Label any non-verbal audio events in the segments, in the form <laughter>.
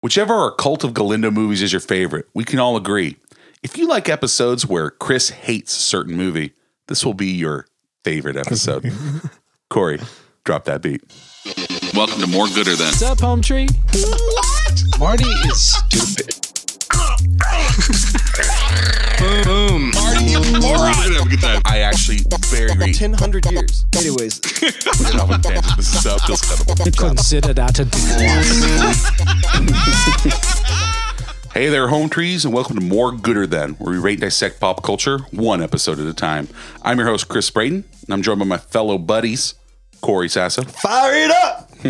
Whichever our Cult of Galindo movies is your favorite, we can all agree. If you like episodes where Chris hates a certain movie, this will be your favorite episode. Corey, drop that beat. Welcome to More Gooder Than. What's up, palm tree? Marty is stupid. Boom. Marty, you moron! I actually very agree. 1,000 years. <laughs> Anyways, Get off on <laughs> tangents. This is up. This is up. Consider that a divorce. Hey there, home trees, and welcome to More Gooder Than, where we rate and dissect pop culture one episode at a time. I'm your host, Chris Brayton, and I'm joined by my fellow buddies, Corey Sassa Fire it up! <laughs>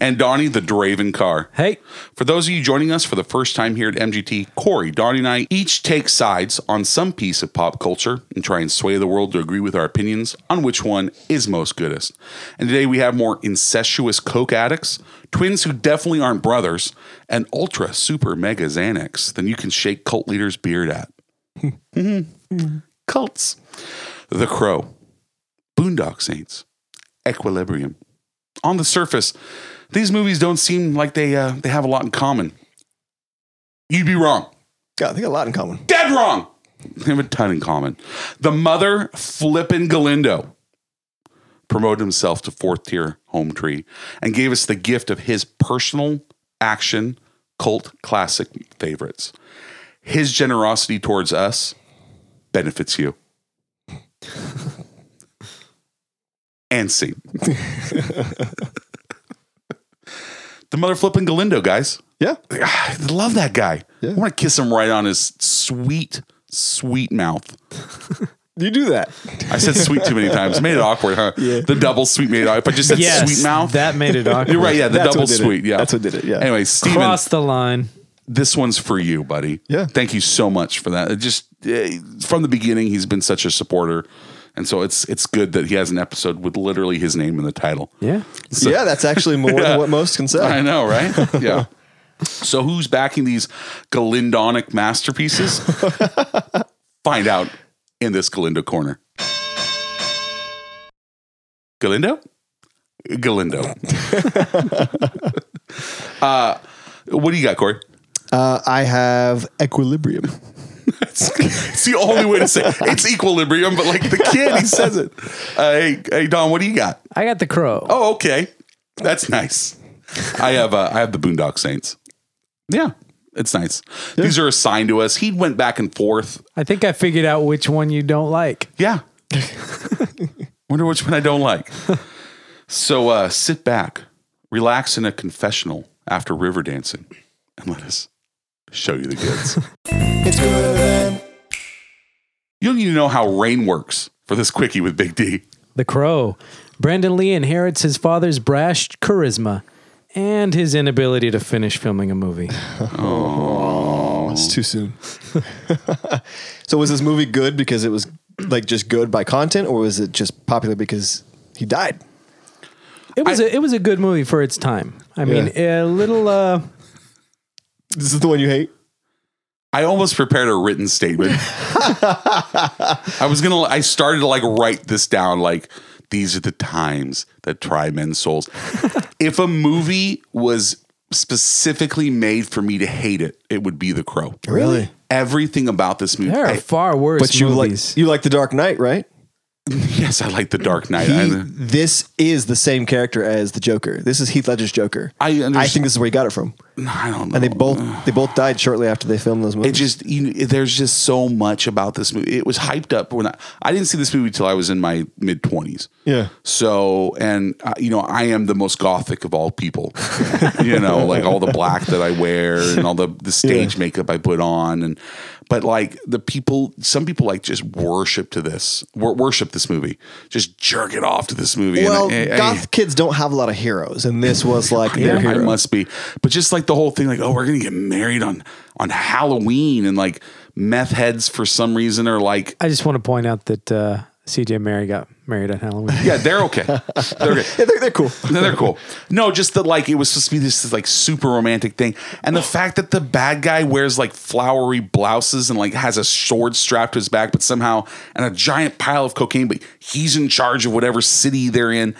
and Donnie the Draven Carr. Hey, For those of you joining us for the first time here at MGT, Corey, Donnie, and I each take sides on some piece of pop culture and try and sway the world to agree with our opinions on which one is most goodest. And today we have more incestuous coke addicts, twins who definitely aren't brothers, and ultra super mega Xanax than you can shake cult leaders' beard at. Mhm. Cults. The Crow, Boondock Saints, Equilibrium on the surface, these movies don't seem like they uh, they have a lot in common. You'd be wrong. God, they got a lot in common. Dead wrong. They have a ton in common. The mother flippin' Galindo promoted himself to fourth tier home tree and gave us the gift of his personal action cult classic favorites. His generosity towards us benefits you. <laughs> and scene. the mother flippin' Galindo, guys. Yeah. I love that guy. Yeah. I want to kiss him right on his sweet, sweet mouth. You do that. I said sweet too many times. Made it awkward, huh? The double sweet made it awkward. If I just said yes, sweet mouth. that made it awkward. you're right. Yeah, the That's double what did it. sweet. Yeah, That's what did it, yeah. Anyway, Steven, Cross the line. this one's for you, buddy. Yeah. Thank you so much for that. It just eh, from the beginning, he's been such a supporter, and so it's it's good that he has an episode with literally his name in the title. Yeah. So- <laughs> yeah, that's actually more than what most can I say. know, right? Yeah. So who's backing these Galindonic masterpieces? Find out in this Galindo corner. Galindo? Galindo. uh, what do you got, Corey? Uh, I have equilibrium. It's, it's the only way to say it. it's equilibrium, but like the kid, he says it. Uh, hey, hey, Don, what do you got? I got the crow. Oh, okay, that's nice. I have uh, I have the Boondock Saints. Yeah, it's nice. These are assigned to us. He went back and forth. I think I figured out which one you don't like. Yeah. <laughs> Wonder which one I don't like. So uh, sit back, relax in a confessional after river dancing, and let us show you the goods. It's good. You'll need to know how rain works for this quickie with Big D. The crow. Brandon Lee inherits his father's brash charisma and his inability to finish filming a movie. It's too soon. <laughs> so was this movie good because it was like just good by content, or was it just popular because he died? It was a it was a good movie for its time. I mean, a little uh This is the one you hate. I almost prepared a written <laughs> statement. I was gonna. I started to like write this down. Like these are the times that try men's souls. if a movie was specifically made for me to hate it, it would be The Crow. Really? Everything about this movie. there are I, <laughs> far worse But you movies. like you like the Dark Knight, right? yes, I like The Dark Knight. He- I, this is the same character as the Joker. This is Heath Ledger's Joker. I understand- I think this is where he got it from. I don't know. And they both they both died shortly after they filmed those It movies. just you, there's just so much about this movie. It was hyped up when I, I didn't see this movie till I was in my mid twenties. Yeah. So, and uh, you know, I am the most gothic of all people. <laughs> you know, like all the black that I wear and all the the stage makeup I put on, and but like the people, some people like just worship to this, wor- worship this movie, just jerk it off to this movie. well, and, eh, eh, goth kids don't have a lot of heroes, and this was <laughs> like yeah, their I hero. must be. But just like the whole thing, like, oh, we're gonna get married on on Halloween, and like meth heads for some reason are like, I just want to point out that uh CJ Mary got married on Halloween. yeah, they're okay, they're okay. Yeah, they're, they're cool. No, they're cool. No, just that like it was supposed to be this like super romantic thing, and the fact that the bad guy wears like flowery blouses and like has a sword strapped to his back, but somehow and a giant pile of cocaine, but he's in charge of whatever city they're in.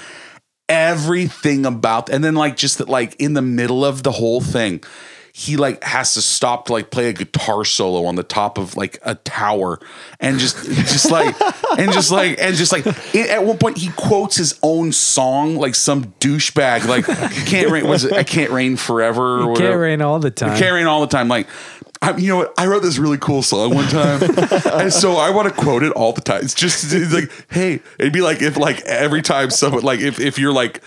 everything about and then like just that like in the middle of the whole thing he like has to stop to like play a guitar solo on the top of like a tower and just just like and just like and just like it, at one point he quotes his own song like some douchebag like can't rain was it I can't rain forever or Can't whatever. rain all the time. Carrying all the time. Like, I, you know what? I wrote this really cool song one time, and so I want to quote it all the time. It's just it's like, hey, it'd be like if like every time someone like if if you're like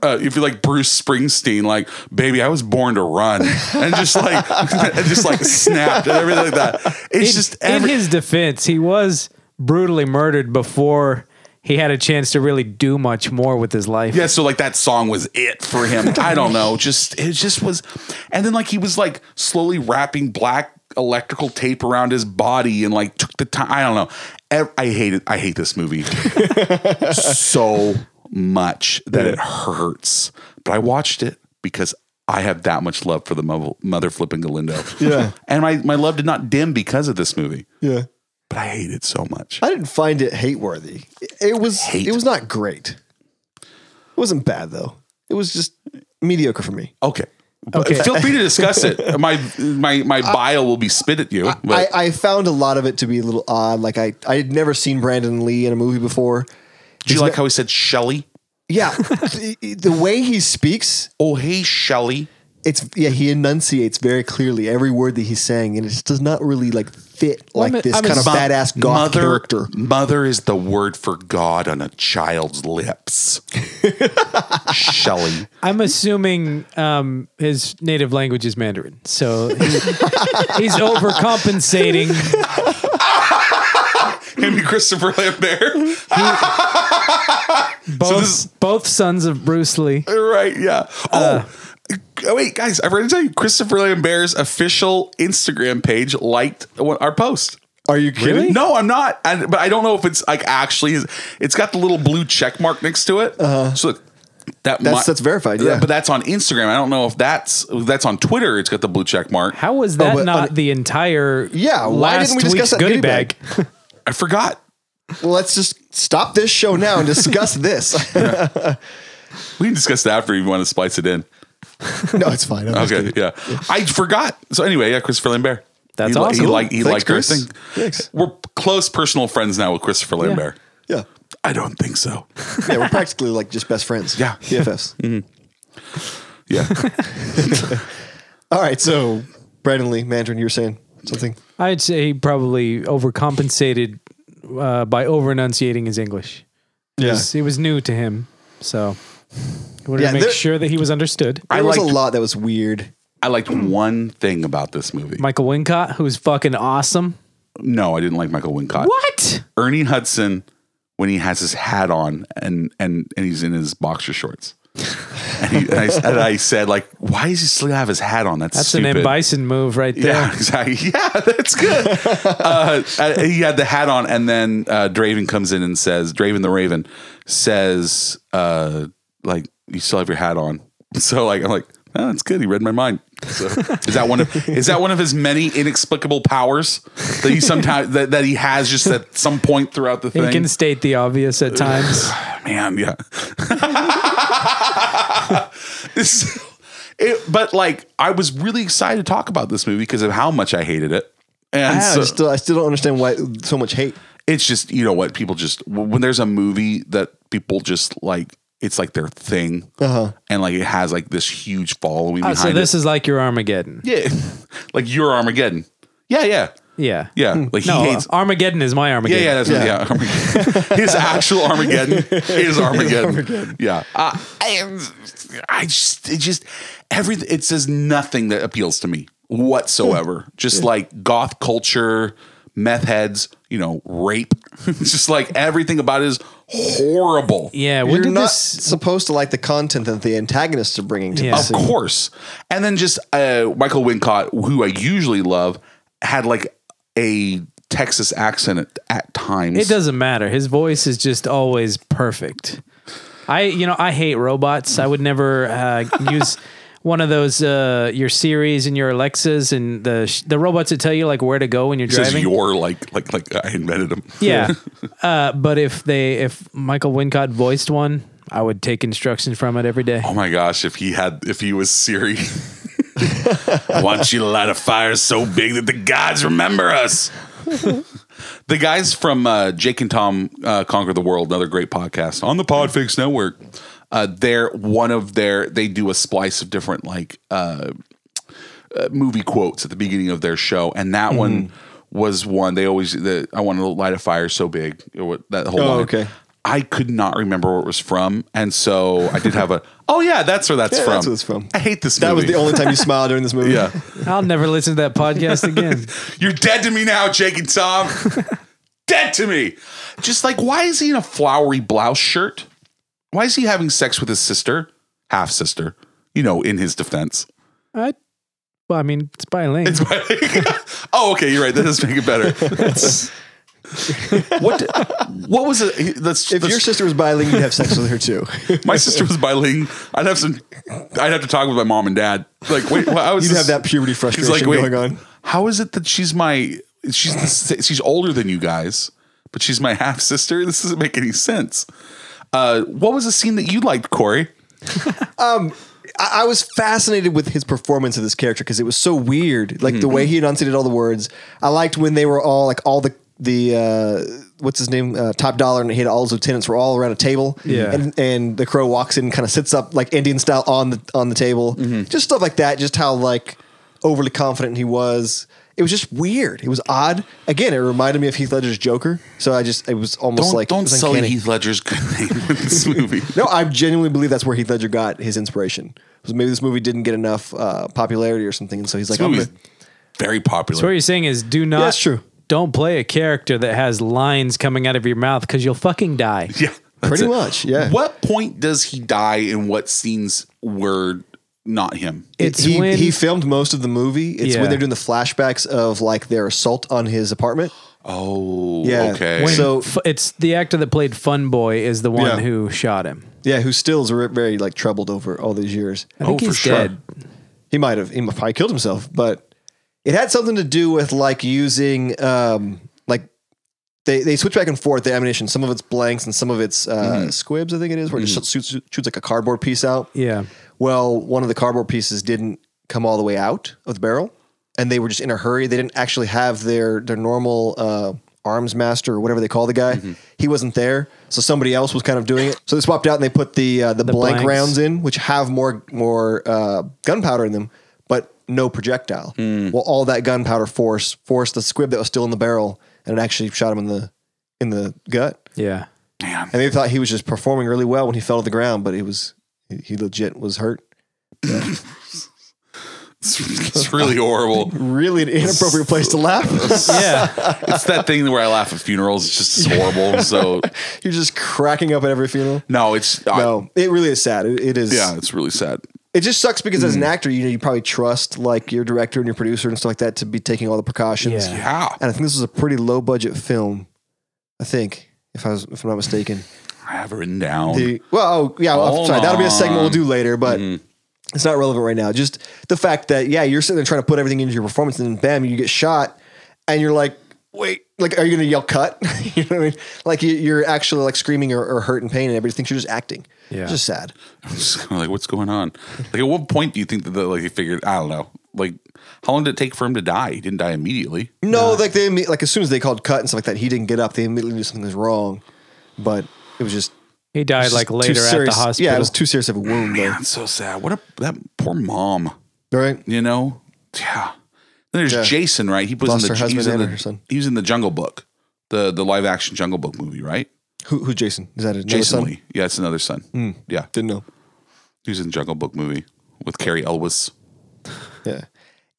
uh, if you're like Bruce Springsteen, like, baby, I was born to run, and just like <laughs> and just like snapped and everything like that. It's in, just every, in his defense, he was brutally murdered before he had a chance to really do much more with his life. Yeah, so like that song was it for him. I don't know. Just it just was and then like he was like slowly wrapping black electrical tape around his body and like took the time. I don't know. Ev- I hate it. I hate this movie <laughs> so much that it hurts. But I watched it because I have that much love for the mother, mother flipping Galindo. Yeah. And my, my love did not dim because of this movie, Yeah. but I hate it so much. I didn't find it hate worthy. It was Hate. it was not great. It wasn't bad though. It was just mediocre for me. Okay. But Okay. Feel free to discuss it. <laughs> My my my bio will be spit at you. but- Uh, I, I found a lot of it to be a little odd. Like I I had never seen Brandon Lee in a movie before. Do you like how he said Shelly? <laughs> Yeah, the, the way he speaks, Oh, hey, Shelly. it's yeah he enunciates very clearly every word that he's saying, and it just does not really like fit like I'm a- this I'm a kind of mo- badass goth character. Mother is the word for God on a child's <laughs> lips. Shelly. I'm assuming um, his native language is Mandarin, so <laughs> he, he's overcompensating. Him and Christopher Lambert. Both this- both sons of Bruce Lee. <laughs> right, yeah. Uh. Oh. oh, wait, guys, I forgot to tell you, Christopher Lambert's official Instagram page liked our post. Are you kidding? Really? No, I'm not. I, but I don't know if it's like actually. Is, it's got the little blue check mark next to it. Uh, so that Uh-huh. That's- that's verified, that- yeah. but that's on Instagram. I don't know if that's that's on Twitter. It's got the blue check mark. How was that Oh, but- uh, not the entire Yeah, why last didn't we discuss week's that goodie goodie bag? bag? I forgot. Well, let's just stop this show now and discuss this. <laughs> We can discuss that after if you want to splice it in. no, it's fine. I'm just Okay, kidding. yeah. I forgot. So anyway, yeah, Christopher Lambert. That's he, li- awesome. He, liked he Thanks, liked our Chris. thing. Thanks. We're close personal friends now with Christopher Lambert. Yeah. I don't think so. Yeah, we're practically like just best friends. Yeah. <laughs> Mm-hmm. BFFs. Yeah. <laughs> All right, so Brandon Lee, Mandarin, you were saying something. I'd say he probably overcompensated uh, by over enunciating his English. Yeah. was- it was new to him, so he wanted Yeah, to make there- sure that he was understood. I There was a liked- lot that was weird. I liked one thing about this movie. Michael Wincott, who's fucking awesome. no, I didn't like Michael Wincott. What? Ernie Hudson when he has his hat on and and and he's in his boxer shorts. and, he, and, I, and I said like, why does he still have his hat on? That's That's stupid. an M Bison move right there. Yeah, <laughs> exactly. Yeah, that's good. uh, uh, he had the hat on, and then uh, Draven comes in and says, Draven the Raven says, uh, like, you still have your hat on. <laughs> So like, I'm like, oh, that's good. He read my mind. So, is that one of is that one of his many inexplicable powers that he sometimes that, that he has just at some point throughout the He thing? can state the obvious at times. man, yeah. <laughs> It's- it, but like, I was really excited to talk about this movie because of how much I hated it. And Yeah, so- I, still, I still don't understand why so much hate. it's just you know what people just when there's a movie that people just like it's like their thing and like it has like this huge following Uh-huh. Oh, behind so this it. is like your Armageddon. yeah <laughs> like your armageddon yeah yeah Yeah. yeah like Hmm. No, he hates Armageddon is my yeah, Armageddon. yeah, that's yeah. yeah Armageddon. His actual Armageddon is <laughs> Armageddon. Yeah, uh, I, I just it just everything it says nothing that appeals to me whatsoever. Just like goth culture, meth heads, you know, rape. <laughs> It's just like everything about it is horrible. Yeah, when You're did not this supposed to like the content that the antagonists are bringing to Yeah. the Of Of scene. course. And then just uh, Michael Wincott, who I usually love, had like a Texas accent at, at times. It doesn't matter. His voice is just always perfect. I, you know, I hate robots. I would <laughs> never uh, use one of those uh, your Series and your Alexas and the sh- the robots that tell you like where to go when you're It says driving. you're like like like I invented him. <laughs> yeah, uh, but if they if Michael Wincott voiced one, I would take instructions from it every <laughs> day. Oh my gosh, if he had, if he was Siri. <laughs> I want you to light a fire so big that the gods remember us. <laughs> the guys from uh, Jake and Tom uh, Conquer the World, another great podcast on the Podfix Network. Uh, they're one of their, they do a splice of different like uh, uh, movie quotes at the beginning of their show. And that one Mm-hmm. was one they always, the, I want to light a fire so big. Or what- That whole Oh, line. okay. I could not remember where it was from. And so I did <laughs> have a, oh yeah, that's where that's Yeah, from. that's where it's from. I hate this movie. That was the only time you smiled during <laughs> this movie. Yeah. I'll never listen to that <laughs> podcast again. You're dead to me now, Jake and <laughs> Tom. dead to me. Just like, why is he in a flowery blouse shirt? Why is he having sex with his sister, half sister? You know, in his defense. I, well, I mean, it's by lane. It's like- oh, okay, you're right. That does make it <laughs> better. what? What was it? Let's. If let's- your sister was bilingual, you'd have sex with her too. <laughs> my sister was bilingual, I'd have some. I'd have to talk with my mom and dad. Like, wait, I was You'd have that puberty He's frustration like, wait, going on. how is it that she's my she's the, si- she's older than you guys, but she's my <laughs> half sister? This doesn't make any sense. Uh, what was the scene that you liked, Corey? I, I was fascinated with his performance of this character because it was so weird. Like the Mm-hmm. way he enunciated all the words. I liked when they were all like all the the uh, what's his name uh, top dollar and he had all his lieutenants were all around a table. Yeah. and, and the crow walks in, kind of sits up like Indian style on the on the table. Mm-hmm. Just stuff like that. Just how like overly confident he was. It was just weird. It was odd. Again, it reminded me of Heath Ledger's Joker. So I just it was almost Don't like it don't was sully uncanny. Heath Ledger's good name with <laughs> this movie. No, I genuinely believe that's where Heath Ledger got his inspiration. So maybe this movie didn't get enough uh, popularity or something, and so he's like, This I'm movie's gonna- very popular. So what you're saying is, do not. that's true. Don't play a character that has lines coming out of your mouth because you'll fucking die. yeah, that's pretty it. much, yeah. What point does he die, and what scenes were not him? It's he, when he filmed most of the movie. It's Yeah. when they're doing the flashbacks of like their assault on his apartment. Oh, Yeah. okay. When- so so- it's the actor that played Fun Boy is the one Yeah. who shot him. Yeah, who stills were very like troubled over all these years. I think Oh, for he's sure. dead. He might have he probably killed himself, but it had something to do with like using um like they, they switch back and forth the ammunition. Some of it's blanks and some of it's uh, squibs. I think it is where it just shoots, shoots like a cardboard piece out. Yeah. Well, one of the cardboard pieces didn't come all the way out of the barrel, and they were just in a hurry. They didn't actually have their their normal uh, arms master or whatever they call the guy. He wasn't there, so somebody else was kind of doing it. So they swapped out and they put the uh, the, blank blanks. rounds in, which have more more uh, gunpowder in them, but no projectile. Well, all that gunpowder force forced the squib that was still in the barrel, and it actually shot him in the in the gut. <laughs> Yeah. Damn. And they thought he was just performing really well when he fell to the ground, but it was he- he legit was hurt. It's, it's really horrible. really an inappropriate place to laugh. Yeah. <laughs> It's that thing where I laugh at funerals. It's just it's horrible. So <laughs> You're just cracking up at every funeral. no, it's I- <laughs> No, it really is sad. It, it is. Yeah, Mm. it's really sad. It just sucks because as an actor, you know, you probably trust like your director and your producer and stuff like that to be taking all the precautions. Yeah. Yeah, And I think this was a pretty low budget film. I think, if I was, if I'm not mistaken. I have it written down. The well, oh, yeah. well, Hold sorry, that'll be a segment on. Mm-hmm. we'll do later, but. It's not relevant right now. Just the fact that yeah, you're sitting there trying to put everything into your performance, and then bam, you get shot, and you're like, wait, like, are you gonna yell cut? <laughs> you know what I mean? Like you, you're actually like screaming or, or hurt in pain, and everybody thinks you're just acting. Yeah. it's just sad. <laughs> I'm just kinda like, what's going on? Like, at what point do you think that the, like he figured? I don't know. Like, how long did it take for him to die? He didn't die immediately. No, like they imme- like as soon as they called cut and stuff like that, he didn't get up. They immediately knew something was wrong, but it was just He died like too later at the serious. hospital. Yeah, it was too serious of a wound. though. That's so sad. What a that poor mom. All right, You know? Yeah. Then there's Yeah. Jason, right? He was Lost in her the he was husband in and her the, son. he was in the Jungle Book, the the live action Jungle Book movie, right? who who Jason is that? Another Jason son? Hmm. Lee. Yeah, it's another son. Yeah, Didn't know. he was in the Jungle Book movie with Carrie Elwes. Yeah.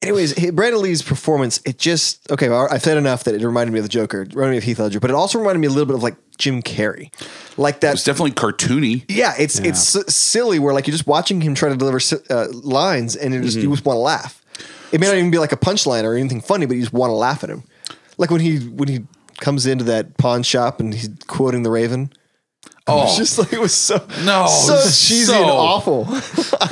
Anyways, he- Brandon Lee's performance, it just, okay, well, I've said enough that it reminded me of the Joker, it reminded me of Heath Ledger, but it also reminded me a little bit of like Jim Carrey. Like It's that. definitely cartoony. Yeah, it's it's s- silly where like you're just watching him try to deliver si- uh, lines and you just, you just want to laugh. It may not even be like a punchline or anything funny, but you just want to laugh at him. Like when he when he comes into that pawn shop and he's quoting the Raven. Oh, just like it was so No, so this is cheesy so- and awful.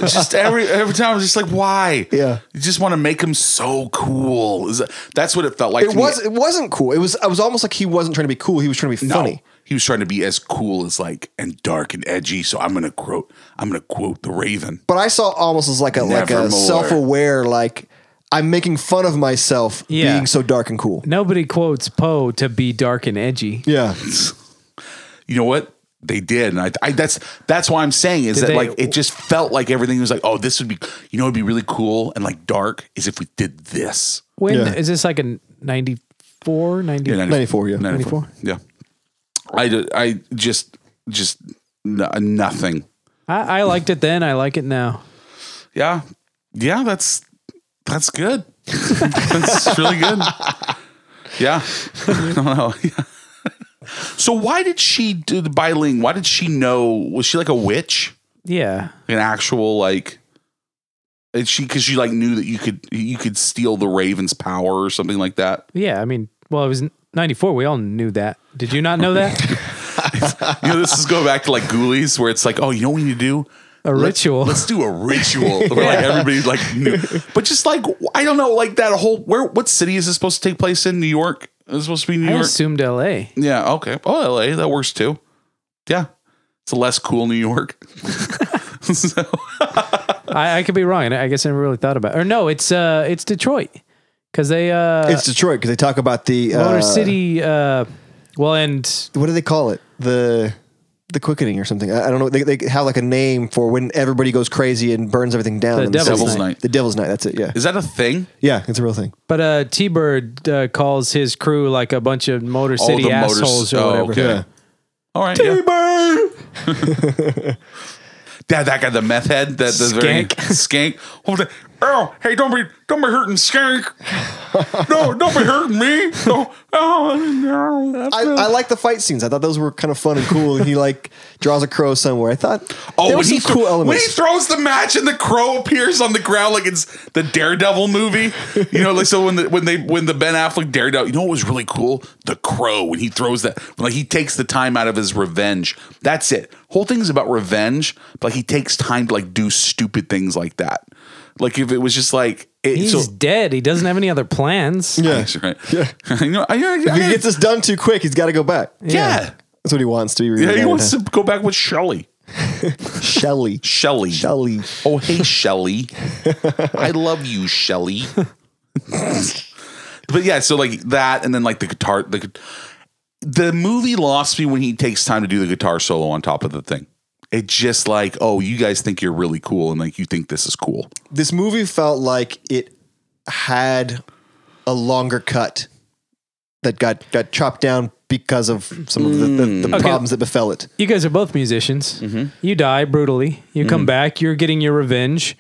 just every every time, I was just like, why? Yeah. you just want to make him so cool. Is that- That's what it felt like. It to me. was it wasn't cool. It was I was almost like he wasn't trying to be cool. He was trying to be No. funny. He was trying to be as cool as like and dark and edgy. So I'm gonna quote. I'm gonna quote the Raven. But I saw almost as like a like Nevermore. a self aware like I'm making fun of myself Yeah. being so dark and cool. Nobody quotes Poe to be dark and edgy. Yeah, You know what? They did, and I, I that's that's why I'm saying is Did that they- like it just felt like everything was like, oh, this would be, you know, it'd be really cool and like dark is if we did this. When is Yeah. this like a 94, 90? 94, yeah. 94. Yeah. I, ju- I just, just n- nothing. I, I liked it then. I like it now. Yeah. Yeah. That's, that's good. <laughs> that's really good. Yeah. <laughs> I don't know. Yeah. <laughs> So why did she do the biling? Why did she know? Was she like a witch? Yeah. An actual like, is she, cause she like knew that you could, you could steal the Raven's power or something like that. Yeah. I mean, well, it was 94. We all knew that. Did you not know <laughs> that? you know, this is going back to like Ghoulies, where it's like, oh, you know what we need to do? A ritual. Let's do a <laughs> ritual. Where like everybody like knew. But just like I don't know, like that whole where what city is this supposed to take place in? New York? Is it supposed to be New I York? assumed LA. yeah, okay. Oh, LA, that works too. Yeah. It's a less cool New York. <laughs> so, I, I could be wrong. I I guess I never really thought about it. Or no, it's uh it's Detroit. Cause they uh it's Detroit because they talk about the Motor uh, City uh well and What do they call it? The the quickening or something. I, I don't know. They, they have like a name for when everybody goes crazy and burns everything down. The in the Devil's city. Night. The Devil's Night. That's it. Yeah, is that a thing? yeah, it's a real thing. but uh T Bird uh, calls his crew like a bunch of Motor City the motors- assholes or oh, whatever. okay. Yeah. All right. Yeah. That, that guy, the meth head, that the very skank. Hold it. Oh, hey, don't be don't be hurting skank. No, don't be hurting me. <laughs> No, oh, no. I, I like the fight scenes. I thought those were kind of fun and cool. And he like draws a crow somewhere. I thought Oh, when there were some he, thro- cool when he elements. throws the match and the crow appears on the ground like it's the Daredevil movie, you know, like so when the when they when the Ben Affleck Daredevil, you know what was really cool? The crow when he throws that, when like he takes the time out of his revenge. That's it. Whole thing is about revenge, but like he takes time to like do stupid things like that. Like if it was just like it, He's <laughs> so- dead. He doesn't have any other plans. yeah, That's right. Yeah. <laughs> I know. I, I, if he I- gets this done too quick, he's got to go back. yeah. That's what he wants to be. yeah. He reunited, wants huh? to go back with Shelly. Shelly. Shelly. Shelly. Oh, hey, Shelly. I love you, Shelly. <laughs> but yeah, so like that, and then like the guitar, the gu- the movie lost me when he takes time to do the guitar solo on top of the thing. It just like, oh, you guys think you're really cool, and like you think this is cool. This movie felt like it had a longer cut that got got chopped down because of some of the, the, the Mm. problems that befell it. You guys are both musicians. Mm-hmm. You die brutally. You come back. You're getting your revenge.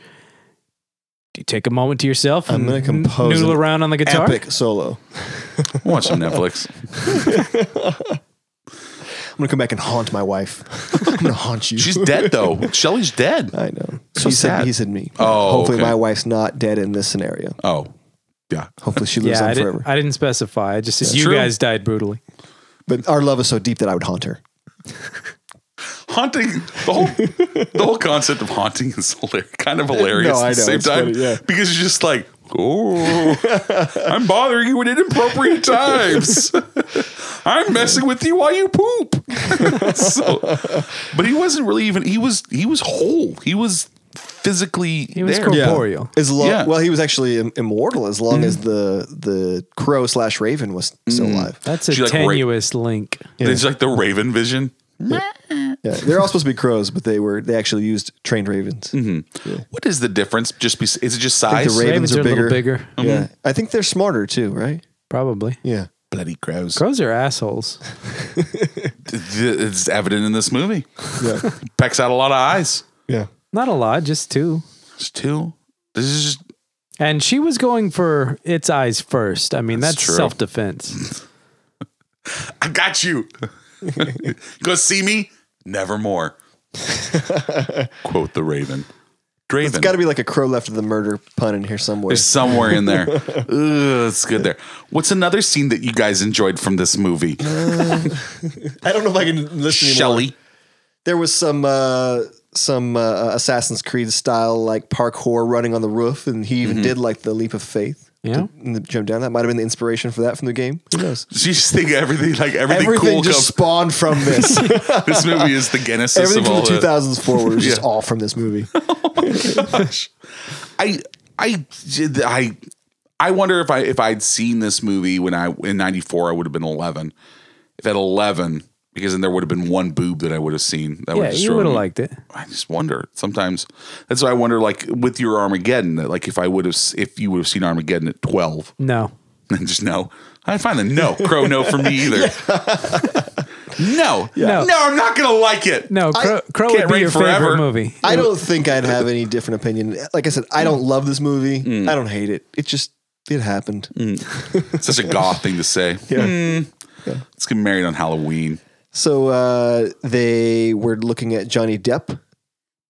Do you take a moment to yourself? I'm and gonna compose Noodle an around on the guitar. Epic solo. Watch some Netflix. I'm gonna come back and haunt my wife. <laughs> I'm gonna haunt you. She's dead though. Shelly's dead. I know. So he sad. said he said me. Oh, hopefully okay. my wife's not dead in this scenario. Oh, yeah. Hopefully she lives Yeah, I on didn't, forever. I didn't specify. I just said you true. guys died brutally. but our love is so deep that I would haunt her. haunting the whole the whole concept of haunting is hilar- kind of hilarious No, I at the know. same It's time funny, yeah. because you're just like oh i'm bothering you at inappropriate times i'm messing with you while you poop <laughs> so but he wasn't really even he was he was whole he was physically He was there corpse- Yeah. Corporeal. As long, Yeah. Mm. well, he was actually im- immortal as long as the the crow slash raven was still alive. That's a She, like, ra- tenuous link. it's like the raven vision Yeah, they're all supposed to be crows, but they were they actually used trained ravens. Mm-hmm. what is the difference just be, is it just I think size the ravens, Ravens are are a little bigger. bigger. Yeah, Mm-hmm. I think they're smarter too, right? Probably. Yeah, bloody crows Crows are assholes. it's evident in this movie yeah, pecks out a lot of eyes <laughs> yeah. Not a lot, just two. it's two this is just And she was going for its eyes first. I mean, That's that's, true. self defense. I got you. Go see me? Nevermore. Quote the Raven. Draven. It's got to be like a crow left of the murder pun in here somewhere. There's somewhere in there. Ugh, it's good there. What's another Uh, scene that you guys enjoyed from this movie? I don't know if I can listen anymore. Shelly. there was some uh, some uh, Assassin's Creed style like parkour running on the roof, and he Mm-hmm. even did like the leap of faith. Yeah. to- and the jump down. That might have been the inspiration for that from the game. Who knows? So you just think everything like everything, Everything cool just comes. spawned <laughs> from this. this movie is the genesis <laughs> Everything of from all the the- 2000s forward was just Yeah. all from this movie. I I I I wonder if I if I'd seen this movie when I in '94 I would have been 11. If at 11, because then there would have been one boob that I would have seen. That would Yeah, have you destroyed would have me. liked it. I just wonder sometimes. That's why I wonder, like with your Armageddon, that like if I would have if you would have seen Armageddon at <laughs> 12, No. and just no. I find the no crow no for me <laughs> either. <laughs> no, No. no, I'm not gonna like it. No, Crow, Crow Can't would be Rain your Forever. favorite movie. I don't think <laughs> I'd have any different opinion. Like I said, I don't love this movie. Mm. I don't hate it. It just it happened. It's such a goth thing to say. Hmm. Yeah. Let's get married on Halloween. So uh, they were looking at Johnny Depp.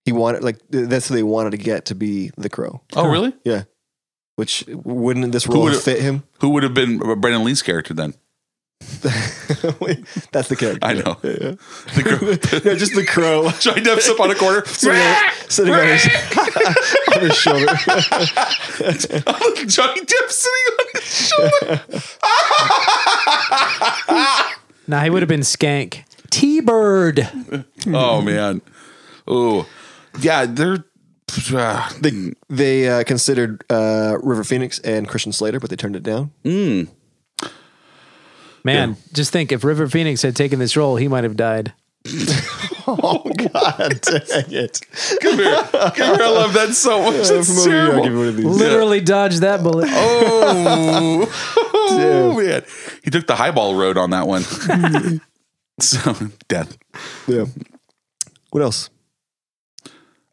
He wanted like th- that's who they wanted to get to be the crow. Oh, really? Yeah. Which wouldn't this role would've- fit him? <laughs> Who would have been Brandon Lee's character then? that's the character. I know. <laughs> Yeah. The girl, No, just the <laughs> crow Johnny Depp's up on a <laughs> corner. sitting, on, sitting on his, <laughs> on his shoulder. <laughs> Johnny Depp sitting on his Nah, he would have been Skank. T Bird. Oh man. Oh, yeah. They're <sighs> ah, They they uh, considered uh, River Phoenix and Christian Slater, but they turned it down. Mm. Man, just think if River Phoenix had taken this role, he might have died. <laughs> Oh God, dang it! come here, come here. I love that <laughs> so much. That's From over here, I'll give terrible. you one of these. Literally dodged that bullet. Oh, <laughs> oh man, he took the highball road on that <laughs> one. so death. Yeah. What else?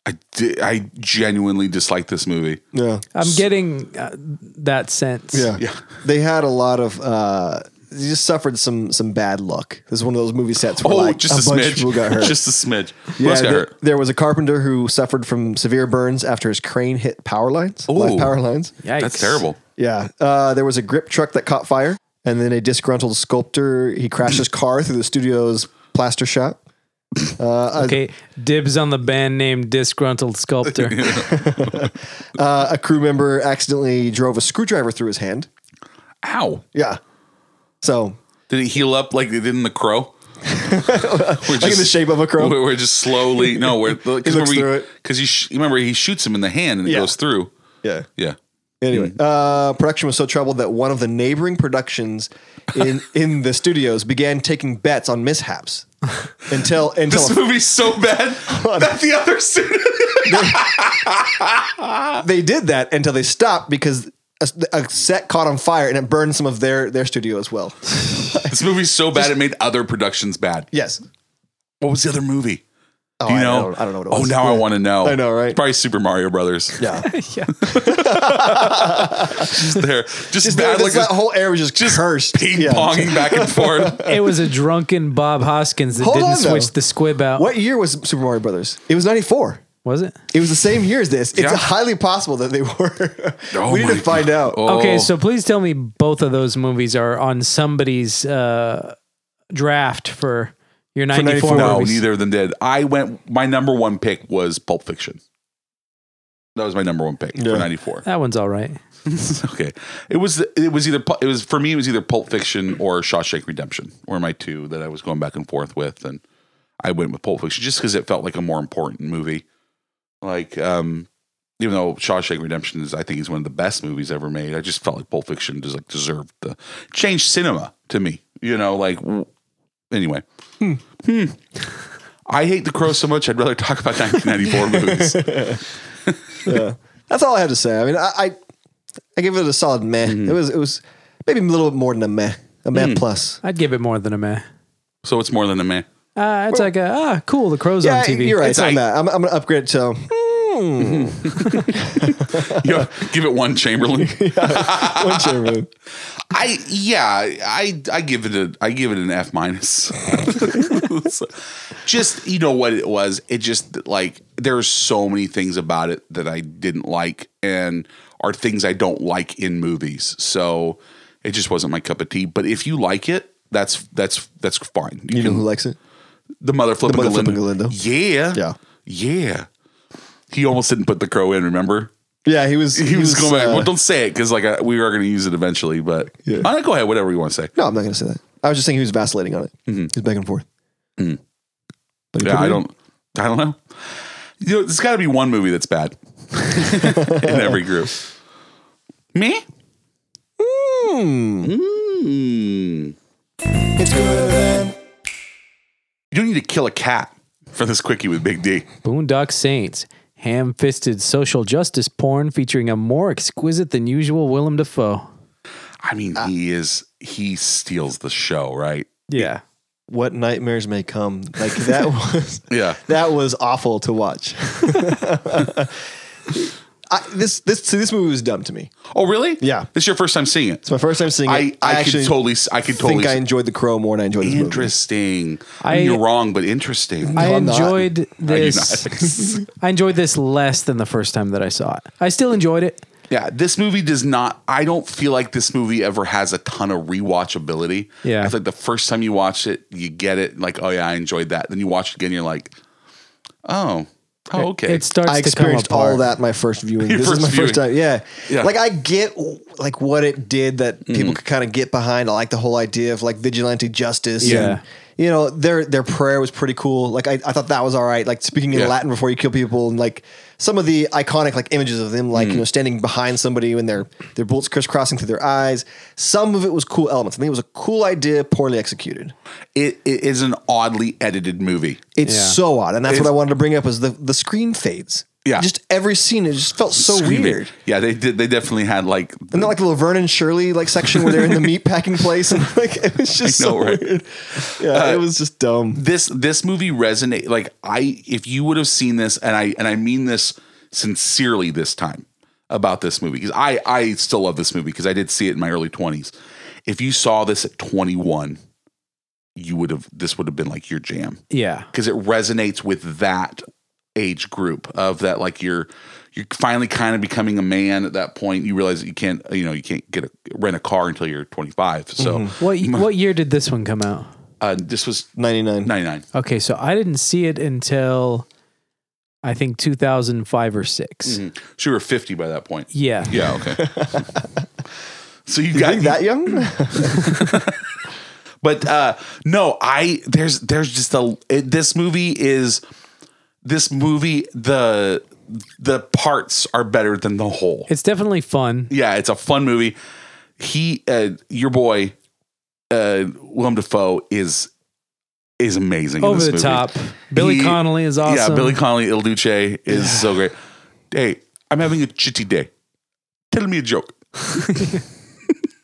I di- I genuinely dislike this movie. Yeah. I'm getting uh, that sense. Yeah. Yeah. They had a lot of uh they just suffered some some bad luck. This is one of those movie sets where like Oh, just a, a, bunch of smidge. people got hurt. Just a smidge. Who yeah, else got there, hurt? there was a carpenter who suffered from severe burns after his crane hit power lines, live Ooh. power lines. Yikes. That's terrible. Yeah. Uh, there was a grip truck that caught fire, and then a disgruntled sculptor he crashed his car through the studio's plaster shop. Okay, dibs on the band name <laughs> Disgruntled Sculptor. Uh, a crew member accidentally drove a screwdriver through his hand. Ow. Yeah. So Did it heal up like it did in the <laughs> crow? we're just, like in the shape of a crow. We're, we're just slowly. No, <laughs> we're He looks through because it. because sh- remember he shoots him in the hand and it Yeah. goes through. Yeah. Yeah. Anyway, Hmm. uh, production was so troubled that one of the neighboring productions <laughs> in in the studios began taking bets on mishaps until until This movie's so bad that the other student. <laughs> they did that until they stopped because a, a set caught on fire and it burned some of their their studio as well. this movie's so bad it made other productions bad. <laughs> Yes, What was the other movie? Do you Oh, I know? don't- I don't know what it was. Oh, now I want to know. I know, right? It's probably Super Mario Brothers. yeah. yeah. Just <laughs> there, just, Just, bad. that, Like that whole area was just, just cursed. ping <laughs> Yeah. ponging back and <laughs> forth. It was a drunken Bob Hoskins that Hold didn't on, though. switch the squib out. What year was Super Mario Brothers? It was ninety four. was it? It was the same year as this. It's Yeah. highly possible that they were. <laughs> Oh we need my to find out. Okay, Oh. so please tell me both of those movies are on somebody's uh, draft for your 94, 94. No, movies. neither of them did. I went. My number one pick was Pulp Fiction. That was my number one pick Yeah. for '94. That one's all right. <laughs> okay, it was. It was either. Pul- It was for me. It was either Pulp Fiction or Shawshank Redemption were my two that I was going back and forth with, and I went with Pulp Fiction just because it felt like a more important movie. Like, um, even though Shawshank Redemption is, I think, is one of the best movies ever made. I just felt like Pulp Fiction just like deserved the changed cinema to me. You know, like w- anyway. Hmm. I hate The Crow so much. I'd rather talk about <laughs> 1994 movies. That's all I have to say. I mean, I I, I give it a solid meh. Mm-hmm. It was it was maybe a little bit more than a meh, a meh Mm. plus. I'd give it more than a meh. So it's more than a man. <laughs> Uh, it's like a ah, cool. The crow's Yeah, on TV. you're right. It's It's on aight. that. I'm, I'm gonna upgrade it to <laughs> hmm, Yeah, give it one Chamberlain. one Chamberlain. I yeah, I I give it a I give it an F minus. <laughs> just you know what it was. It just like there's so many things about it that I didn't like and are things I don't like in movies. So it just wasn't my cup of tea. But if you like it, that's that's that's fine. You You know can- <laughs> who likes it? The mother flipping mother Galindo. <laughs> flipping Galindo. Yeah. Yeah. Yeah. He almost didn't put the crow in, remember? Yeah, he was. He, was, going back. uh, well, don't say it because like I, we are going to use it eventually, but Yeah. I go ahead, whatever you want to say. no, I'm not going to say that. I was just saying he was vacillating on it. He's back and forth. But he Mm-hmm. Mm. Yeah, put it I in. don't, I don't know. You know, there's got to be one movie that's bad <laughs> in every group. Me? Hmm. Mm. You don't need to kill a cat for this quickie with Big D. Boondock Saints, ham fisted social justice porn featuring a more exquisite than usual Willem Dafoe. I mean, he is he steals the show, right? Yeah. What nightmares may come. Like <laughs> that was. Yeah. That was awful to watch. <laughs> I, this this see, this movie was dumb to me. Oh, really? Yeah. This is your first time seeing it. It's my first time seeing it. I, I, could totally, s- I could think totally. I s- enjoyed The Crow more than I enjoyed this movie. Interesting. I mean, I- you're wrong, but interesting. I I'm not. <laughs> enjoyed you <laughs> this. I enjoyed this less than the first time that I saw it. I still enjoyed it. Yeah, this movie does not. I don't feel like this movie ever has a ton of rewatchability. Yeah. I feel like the first time you watch it, you get it. Like, oh yeah, I enjoyed that. Then you watch it again, you're like, oh, oh okay. It starts. I to come experienced apart. all that my <laughs> first viewing. Your this first is my viewing. first time. Yeah. Yeah. Like I get like what it did that people could kind of get behind. I like the whole idea of like vigilante justice. Yeah. and, you know, their their prayer was pretty cool. Like I, I thought that was all right. Like speaking in Yeah. Latin before you kill people and like some of the iconic like images of them Mm. like you know standing behind somebody when their their bullets crisscrossing through their eyes. Some of it was cool elements. I think it was a cool idea, poorly executed. it, it is an oddly edited movie. It's Yeah. so odd, and that's what It's- I wanted to bring up is the the screen fades. Yeah. just every scene it just felt so Screaming. weird. Yeah, they did. They definitely had like. And not like the Laverne and Shirley like section where they're in the meat packing place, <laughs> and like it was just I know, so right? Uh, weird. Yeah, it was just dumb. this this movie resonate like I if you would have seen this and I and I mean this sincerely this time about this movie because I I still love this movie because I did see it in my early 20s. If you saw this at 21, you would have this would have been like your jam Yeah. because it resonates with that age group of that like you're you're finally kind of becoming a man at that point. You realize that you can't you know you can't get a, rent a car until you're 25. So What What year did this one come out? uh, this was Ninety nine. 99. Okay, so I didn't see it until I think 2005 or 6 So you were 50 by that point. Yeah. Mm-hmm. <laughs> Yeah, okay. so you I got think that young. <laughs> but uh no, I there's there's just a it, this movie is this movie the the parts are better than the whole. It's definitely fun. yeah, it's a fun movie. He uh your boy uh Willem Dafoe is is amazing in Over this the movie. top. Billy He- Connolly is awesome. Yeah, Billy Connolly El Duce is so great. Hey, I'm having a shitty day. Tell me a joke.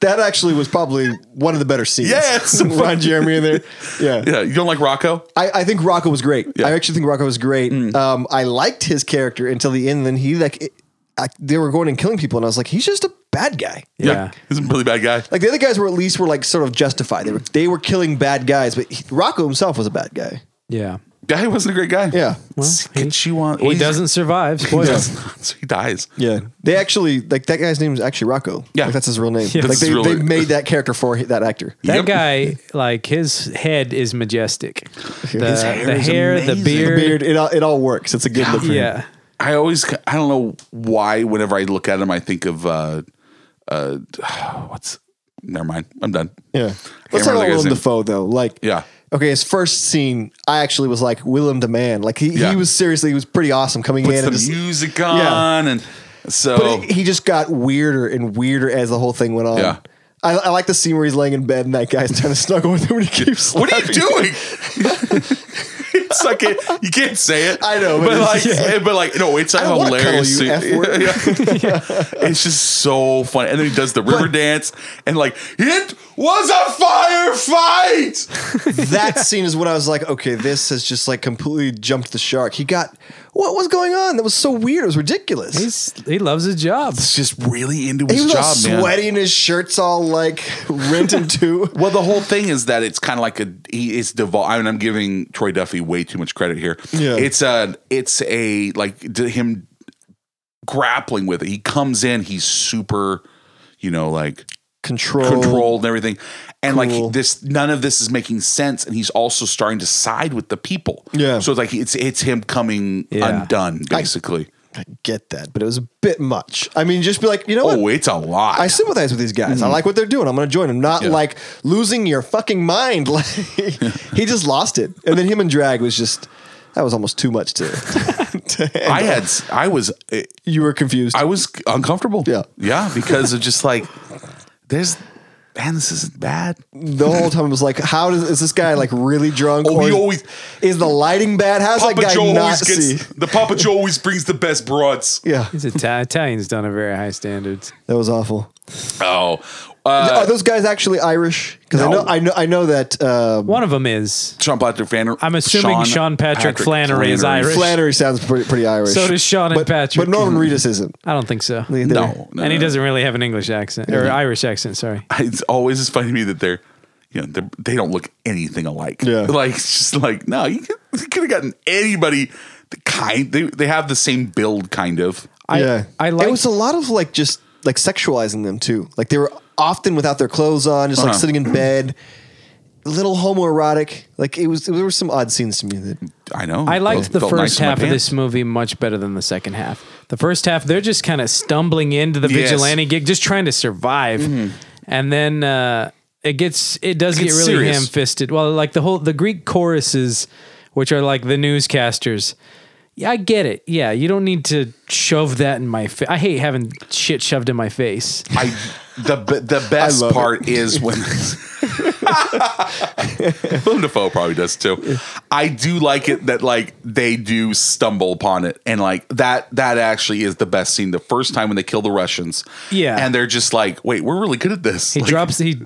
that actually was probably one of the better scenes. Yeah, it's so <laughs> Ron Jeremy in there. Yeah. Yeah, you don't like Rocco? I, I think Rocco was great. Yeah. Mm. I actually think Rocco was great. Um, I liked his character until the end. Then he like, it, I, they were going and killing people, and I was like, he's just a bad guy. Yeah. he's a really bad guy. Like the other guys were at least were like sort of justified. They were they were killing bad guys, but he, Rocco himself was a bad guy. Yeah. Guy wasn't a great guy. Yeah. Well, Can he- she want? He <laughs> doesn't survive. He, Spoiler. does not. So he dies. Yeah, they actually like that guy's name is actually Rocco. Yeah. like, that's his real name. Yeah. Like That's his they, real they name. made that character for hi- that actor. That Yep. guy, like his head is majestic. The the hair, hair is the amazing. beard. The beard, it all, it all works. It's a good look. For him. Yeah. I always, I don't know why. Whenever I look at him, I think of uh, uh, <sighs> what's. Never mind. I'm done. yeah. I can't Let's talk remember about the guy's Willem name. Dafoe though. Like, Yeah. Okay, his first scene, I actually was like Willem the man. Like he, Yeah. he was seriously, he was pretty awesome coming Puts in. the And just, music on, and so but he he just got weirder and weirder as the whole thing went on. Yeah. I, I like the scene where he's laying in bed and that guy's trying to snuggle with him and he keeps. what are you slapping doing? <laughs> it's like it, you can't say it. I know, but, but like, it's- but like, no, it's a don't wanna hilarious cuddle you, scene. <laughs> It's just so funny, and then he does the river dance, and like, it was a firefight. <laughs> that scene is when I was like, okay, this has just like completely jumped the shark. He got what was going on? That was so weird. It was ridiculous. He's, he loves his job. It's just really into his he was job, all man. sweaty and his shirt's all like <laughs> rent in two. Well, the whole thing is that it's kind of like a he is devolved. I mean, I'm giving Troy Duffy way too much credit here. Yeah. it's a it's a like d- him grappling with it. He comes in, he's super, you know, like control. controlled and everything. And Cool. like this, none of this is making sense. And he's also starting to side with the people. Yeah. So it's like it's it's him coming Yeah. undone basically. I get that, but it was a bit much. I mean, just be like, you know what? oh, it's a lot. I sympathize with these guys. I like what they're doing. I'm going to join them. Not Yeah. like losing your fucking mind. <laughs> Like he just lost it. And then him and drag was just that was almost too much to. <laughs> to handle. I had I was you were confused. I was uncomfortable. Yeah. Yeah, because of just like there's man, this isn't bad. the whole time I was like, how does is this guy like really drunk? Oh, he is- always- is the lighting bad. How's that guy not see? the Papa Joe always brings the best broads. Yeah, These Ita- Italians don't have very high standards. that was awful. Oh. Are Uh those guys actually Irish? Because No. I know, I know, I know that uh, One of them is. Sean Patrick Flannery. I'm assuming Sean Patrick Flannery is Irish. Flannery sounds pretty, pretty Irish. So does Sean and but, Patrick. but Norman Reedus isn't. I don't think so. They- they- No, no, and he no. doesn't really have an English accent or Irish accent. Sorry. <laughs> it's always just funny to me that they're you know they're, they don't look anything alike <laughs> Yeah. like it's just like no you could, you could have gotten anybody the kind they, they have the same build kind of I, I like. it was a lot of like just like sexualizing them too. Like they were often without their clothes on, just like Uh-huh. sitting in bed, a little homoerotic. Like it was there were some odd scenes to me that i know I liked Felt- the felt first nice in my half of pants. this movie much better than the second half. The first half, they're just kind of stumbling into the Yes. Mm-hmm. vigilante gig, just trying to survive, and then uh, it gets it does gets get really serious. ham fisted. Well, like the whole the Greek choruses, which are like the newscasters. Yeah, I get it. Yeah, you don't need to shove that in my face. I hate having shit shoved in my <laughs> face. I the b- <laughs> the best love part is <laughs> when <laughs> Willem Dafoe probably does too. I do like it that like they do stumble upon it and like that that actually is the best scene. The first time when they kill the Russians, Yeah. and they're just like, wait, we're really good at this. He Like, drops he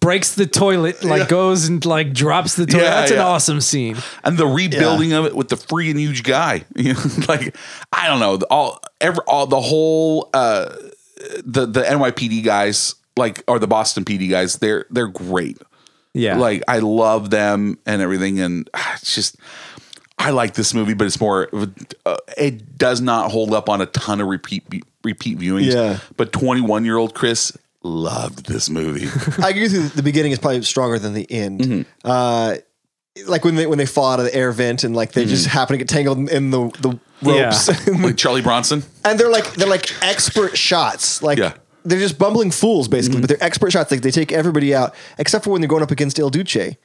breaks the toilet, like Yeah. goes and like drops the toilet. Yeah, That's an yeah. awesome scene. and the rebuilding of it with the freaking huge guy. <laughs> You know, like I don't know, the- all every all the whole uh the the NYPD guys like or the Boston PD guys, they're they're great. Yeah, Like I love them and everything, and ah, it's just I like this movie, but it's more. Uh, it does not hold up on a ton of repeat repeat viewings. Yeah. but twenty one year old Chris loved this movie. I agree with you. that The beginning is probably stronger than the end. Uh, like when they when they fall out of the air vent and like they just happen to get tangled in the the ropes, like Charlie Bronson. and they're like they're like expert shots. Like Yeah. they're just bumbling fools basically, but they're expert shots. Like they take everybody out except for when they're going up against Il Duce.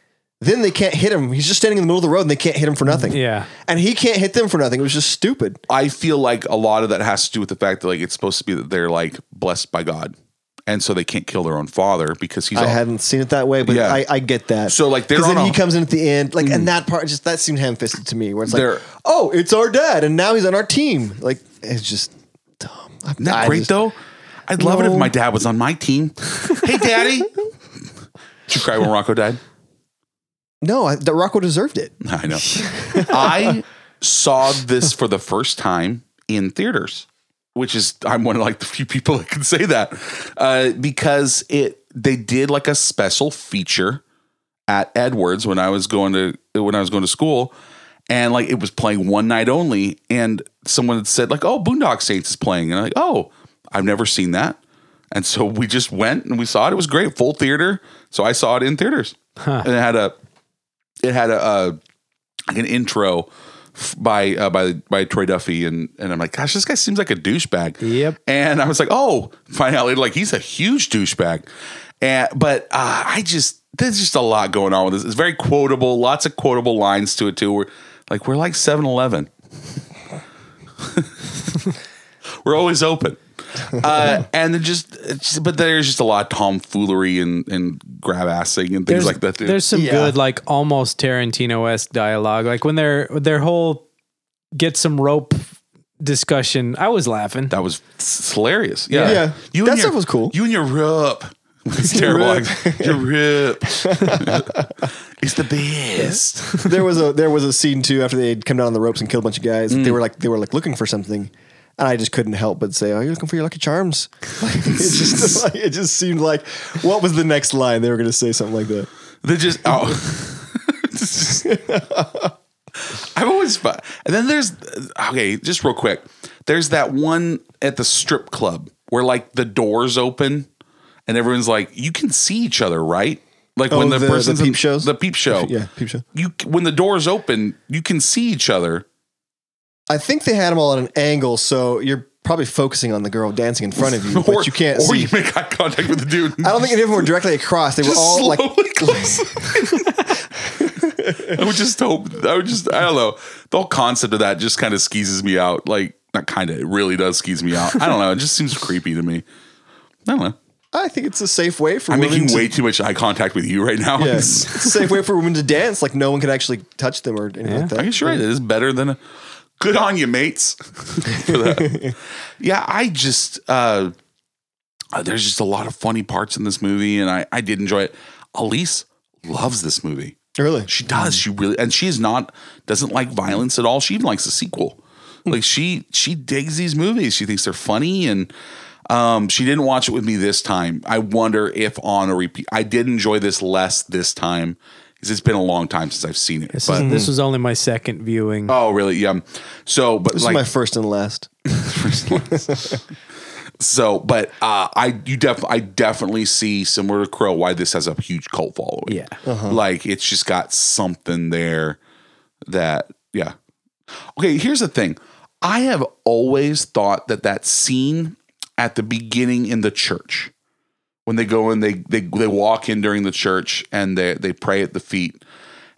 Then they can't hit him. He's just standing in the middle of the road and they can't hit him for nothing. Yeah. and he can't hit them for nothing. It was just stupid. I feel like a lot of that has to do with the fact that like it's supposed to be that they're like blessed by God, and so they can't kill their own father because he's I all- hadn't seen it that way, but Yeah. I, I get that. So, like, they're 'Cause on then a- Mm. he comes in at the end, like, and that part just that seemed ham fisted to me, where it's They're- like, oh, it's our dad, and now he's on our team. Like, it's just dumb. I'm Isn't that great though? I'd love it No. if my dad was on my team. hey, <laughs> daddy. Did you cry when Rocco died? No, I, that Rocco <laughs> deserved it. I know. I saw this for the first time in theaters, which is I'm one of like the few people that can say that uh, because it they did like a special feature at Edwards when I was going to when I was going to school, and like it was playing one night only, and someone had said like, "Oh, Boondock Saints is playing," and I'm like, "Oh, I've never seen that." And so we just went and we saw it. It was great, full theater. So I saw it in theaters, and it had a it had a, uh like an intro f- by uh, by by Troy Duffy and and I'm like, gosh, this guy seems like a douchebag. Yep. And I was like, oh, find out later, like he's a huge douchebag. And but uh, I just there's just a lot going on with this. It's very quotable, lots of quotable lines to it too. We're like we're like 7-Eleven. we're always open. Uh, <laughs> and then just, it's- but there's just a lot of tomfoolery and, and grab assing and things like that. too. There's some Yeah. good, like almost Tarantino esque dialogue. Like when their their whole get some rope discussion, I was laughing. That was s- hilarious. Yeah. Yeah. You That and your- stuff was cool. You and your rip. <laughs> It's terrible. Your <laughs> rip. it's the best. there was a there was a scene too after they would come down on the ropes and killed a bunch of guys. Mm. They were like they were like looking for something, and I just couldn't help but say, "Oh, you're looking for your Lucky Charms." <laughs> Like, <laughs> it just like, it just seemed like what was the next line they were going to say something like that. They just, <laughs> oh. <laughs> It's just- I've always, fu- and then there's, okay, just real quick. There's that one at the strip club where like the doors open and everyone's like, you can see each other, right? Like when Oh, the, the- the person's peep shows? the peep show, Yeah, peep show. You c- when the doors open, you can see each other. I think they had them all at an angle, so you're probably focusing on the girl dancing in front <laughs> of you, but you can't or see. you make eye contact with the dude. I don't think any of them were directly across. They were Just all like, <laughs> slowly close. I would just hope. I would just. I don't know. The whole concept of that just kind of skeezes me out. Like not kind of. It really does skeeze me out. I don't know. It just seems creepy to me. I don't know. I think it's a safe way for I'm women making to, way too much eye contact with you right now. Yeah, <laughs> <laughs> it's a safe way for women to dance. Like no one can actually touch them or anything like I that. guess you're right. It is better than a good on you, mates. <laughs> for that. yeah, I just uh, uh, there's just a lot of funny parts in this movie, and I I did enjoy it. Elise loves this movie. Really? She does. She really and she's not doesn't like violence at all. She even likes the sequel. Hmm. Like she she digs these movies. She thinks they're funny and um she didn't watch it with me this time. I wonder if on a repeat I did enjoy this less this time because it's been a long time since I've seen it. This, but is, this was only my second viewing. oh really? Yeah. So but This like is my first and last. so but uh I you def I definitely see similar to Crow why this has a huge cult following. Yeah. Like it's just got something there that yeah. Okay, here's the thing. I have always thought that that scene at the beginning in the church when they go in they they they walk in during the church and they they pray at the feet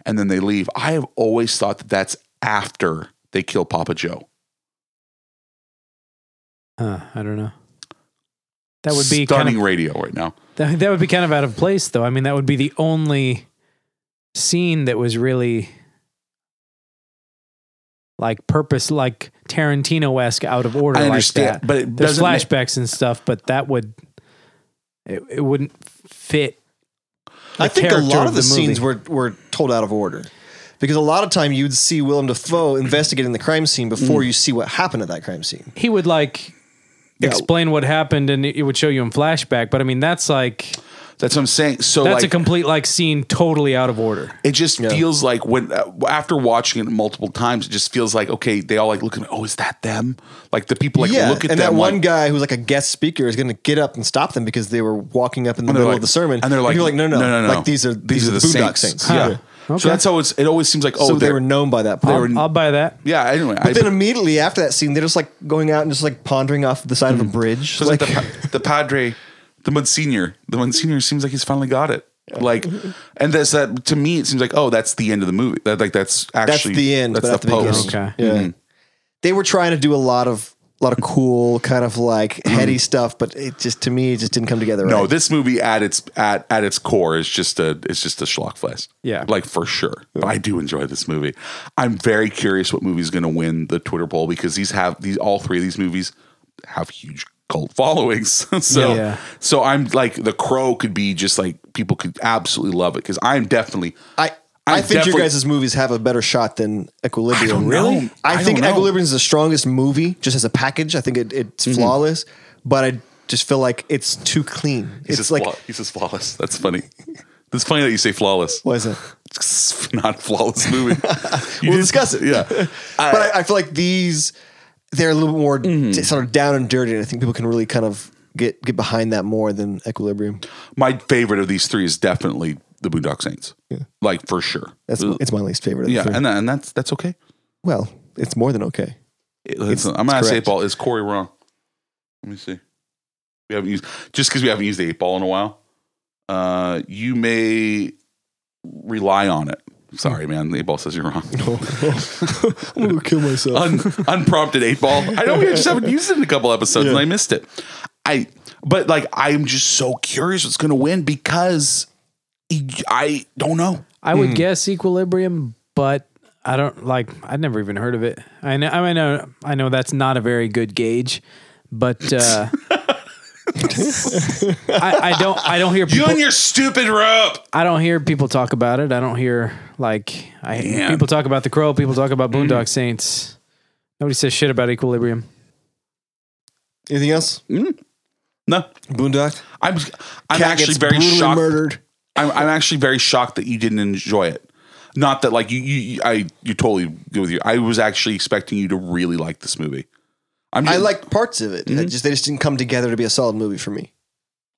and then they leave. I have always thought that that's after they kill Papa Joe. Huh, I don't know. That would be stunning kind of radio right now. <laughs> that, that would be kind of out of place, though. I mean, that would be the only scene that was really like purpose, like Tarantino esque, out of order. I understand, like that. but it there's doesn't make- flashbacks and stuff, but that would it, it wouldn't fit. I think a character lot of of the, the movie. scenes were, were told out of order because a lot of time you'd see Willem Dafoe investigating the crime scene before you see what happened at that crime scene. He would like explain what happened, and it it would show you in flashback. But I mean, that's like That's what I'm saying. So that's like a complete like scene totally out of order. it just feels like when uh, after watching it multiple times, it just feels like okay, they all like look at me. Oh, is that them? Like the people like yeah, look at and them, that one like, guy who's like a guest speaker is going to get up and stop them because they were walking up in the and they're middle like- of the sermon, and they're like, you're like, no, no, no, no, like these are these, are, the boondock saints. Yeah. Okay. So that's how it's. It always seems like oh, so they they're- were known by that point. I'll buy that. Yeah. Anyway, I, but then immediately after that scene, they're just like going out and just like pondering off the side of a bridge. <laughs> Mm-hmm. So it's like, like, the, pa- the padre, the Monsignor, the Monsignor seems like he's finally got it. Like, and that's that to me. It seems like oh, that's the end of the movie. That like that's that's actually the end. That's but the post. Mm-hmm. Beginning, Okay. Yeah. They were trying to do a lot of a lot of cool kind of like heady stuff, but it just to me it just didn't come together. Mm-hmm. No, right. this movie at its at at its core is just a it's just a schlock fest. Yeah. like for sure. But I do enjoy this movie. I'm very curious what movie's going to win the Twitter poll because these have these all three of these movies have huge cult followings. <laughs> so Yeah. so I'm like the Crow could be just like people could absolutely love it because I'm definitely I I'm I think your definitely- guys' movies have a better shot than Equilibrium. I don't know. I I, don't think know. Equilibrium is the strongest movie, just as a package. I think it, it's Mm-hmm. flawless, but I just feel like it's too clean. he's it's just like flaw- he's just flawless. That's funny. <laughs> It's funny that you say flawless. what is it? <laughs> It's not a flawless <laughs> movie. We'll discuss it. Yeah. <laughs> but I, I feel like these they're a little bit more Mm-hmm. d- sort of down and dirty, and I think people can really kind of get get behind that more than Equilibrium. my favorite of these three is definitely the Boondock Saints. Like for sure. That's Uh, it's my least favorite. Of yeah, the three. and that, and that's that's okay. well, it's more than okay. It- it's- I'm gonna ask it's eight correct. ball. Is Corey wrong? Let me see. We haven't used just because we haven't used the eight ball in a while. Uh, you may rely on it. Sorry, man. The eight ball says you're wrong. I'm gonna kill myself. Un, unprompted eight ball. I know we just haven't used it in a couple episodes, and I missed it. I but like I'm just so curious what's gonna win because I don't know. I would guess Equilibrium, but I don't like. I'd never even heard of it. I know. I know. I know that's not a very good gauge, but <laughs> uh, I, I don't. I don't hear You people. and your stupid rope. I don't hear people talk about it. I don't hear like I Damn. people talk about the Crow. People talk about Boondock Saints. Nobody says shit about Equilibrium. Anything else? No, Boondock. I'm. I'm Cat actually gets very brutally shocked. Murdered. I'm, I'm actually very shocked that you didn't enjoy it. Not that like you, you, you- I, you totally go with you. I was actually expecting you to really like this movie. I'm. I just- Mm-hmm. like parts of it. I just they just didn't come together to be a solid movie for me.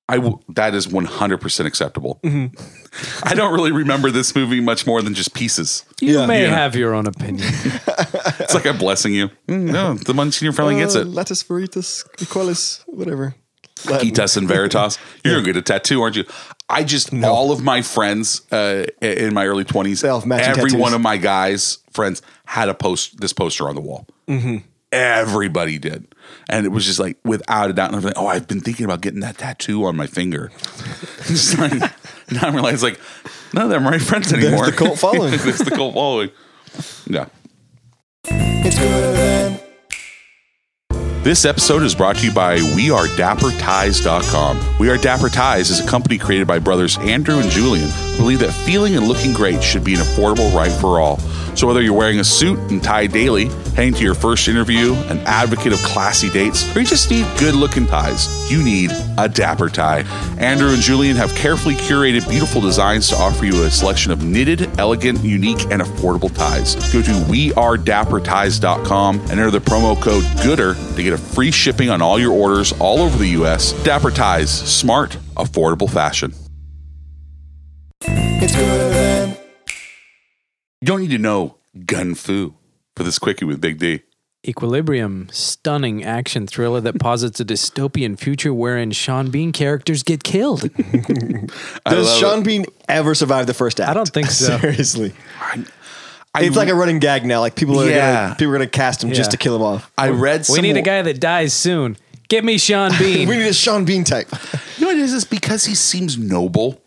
I w- that is 100% acceptable. Mm-hmm. <laughs> I don't really remember this movie much more than just pieces. You Yeah. may Yeah. have your own opinion. It's like I'm blessing you. Mm, no, the Monsignor finally gets Uh, it. Latus veritas equalis, whatever. Itas and <laughs> Veritas. You're gonna get a tattoo, aren't you? I just all of my friends uh, i- in my early twenties, They all have every matching tattoos. one of my guys' friends had a post this poster on the wall. Mm-hmm. Everybody did, and it was just like without a doubt. And I'm like, oh, I've been thinking about getting that tattoo on my finger. <laughs> Just like, now I realize like none of them are my friends anymore. the cult <laughs> following. There's the cult following. Yeah. It's good and This episode is brought to you by WeAreDapperTies.com. We Are Dapper Ties is a company created by brothers Andrew and Julian who believe that feeling and looking great should be an affordable right for all. So whether you're wearing a suit and tie daily, heading to your first interview, an advocate of classy dates, or you just need good looking ties, you need a dapper tie. Andrew and Julian have carefully curated beautiful designs to offer you a selection of knitted, elegant, unique, and affordable ties. Go to wearedapperties.com and enter the promo code GOODER to get a free shipping on all your orders all over the U.S. Dapper Ties, smart, affordable fashion. it's good and You don't need to know gun foo for this quickie with Big D. Equilibrium, stunning action thriller that posits a dystopian future wherein Sean Bean characters get killed. love Does Sean Bean ever survive the first act? I don't think so. <laughs> Seriously. I, It's like a running gag now. Like people are Yeah. gonna people are gonna cast him Yeah. just to kill him off. I read we need a guy that dies soon. Get me Sean We Bean. need a Sean Bean type. You know what it is? It's because he seems noble.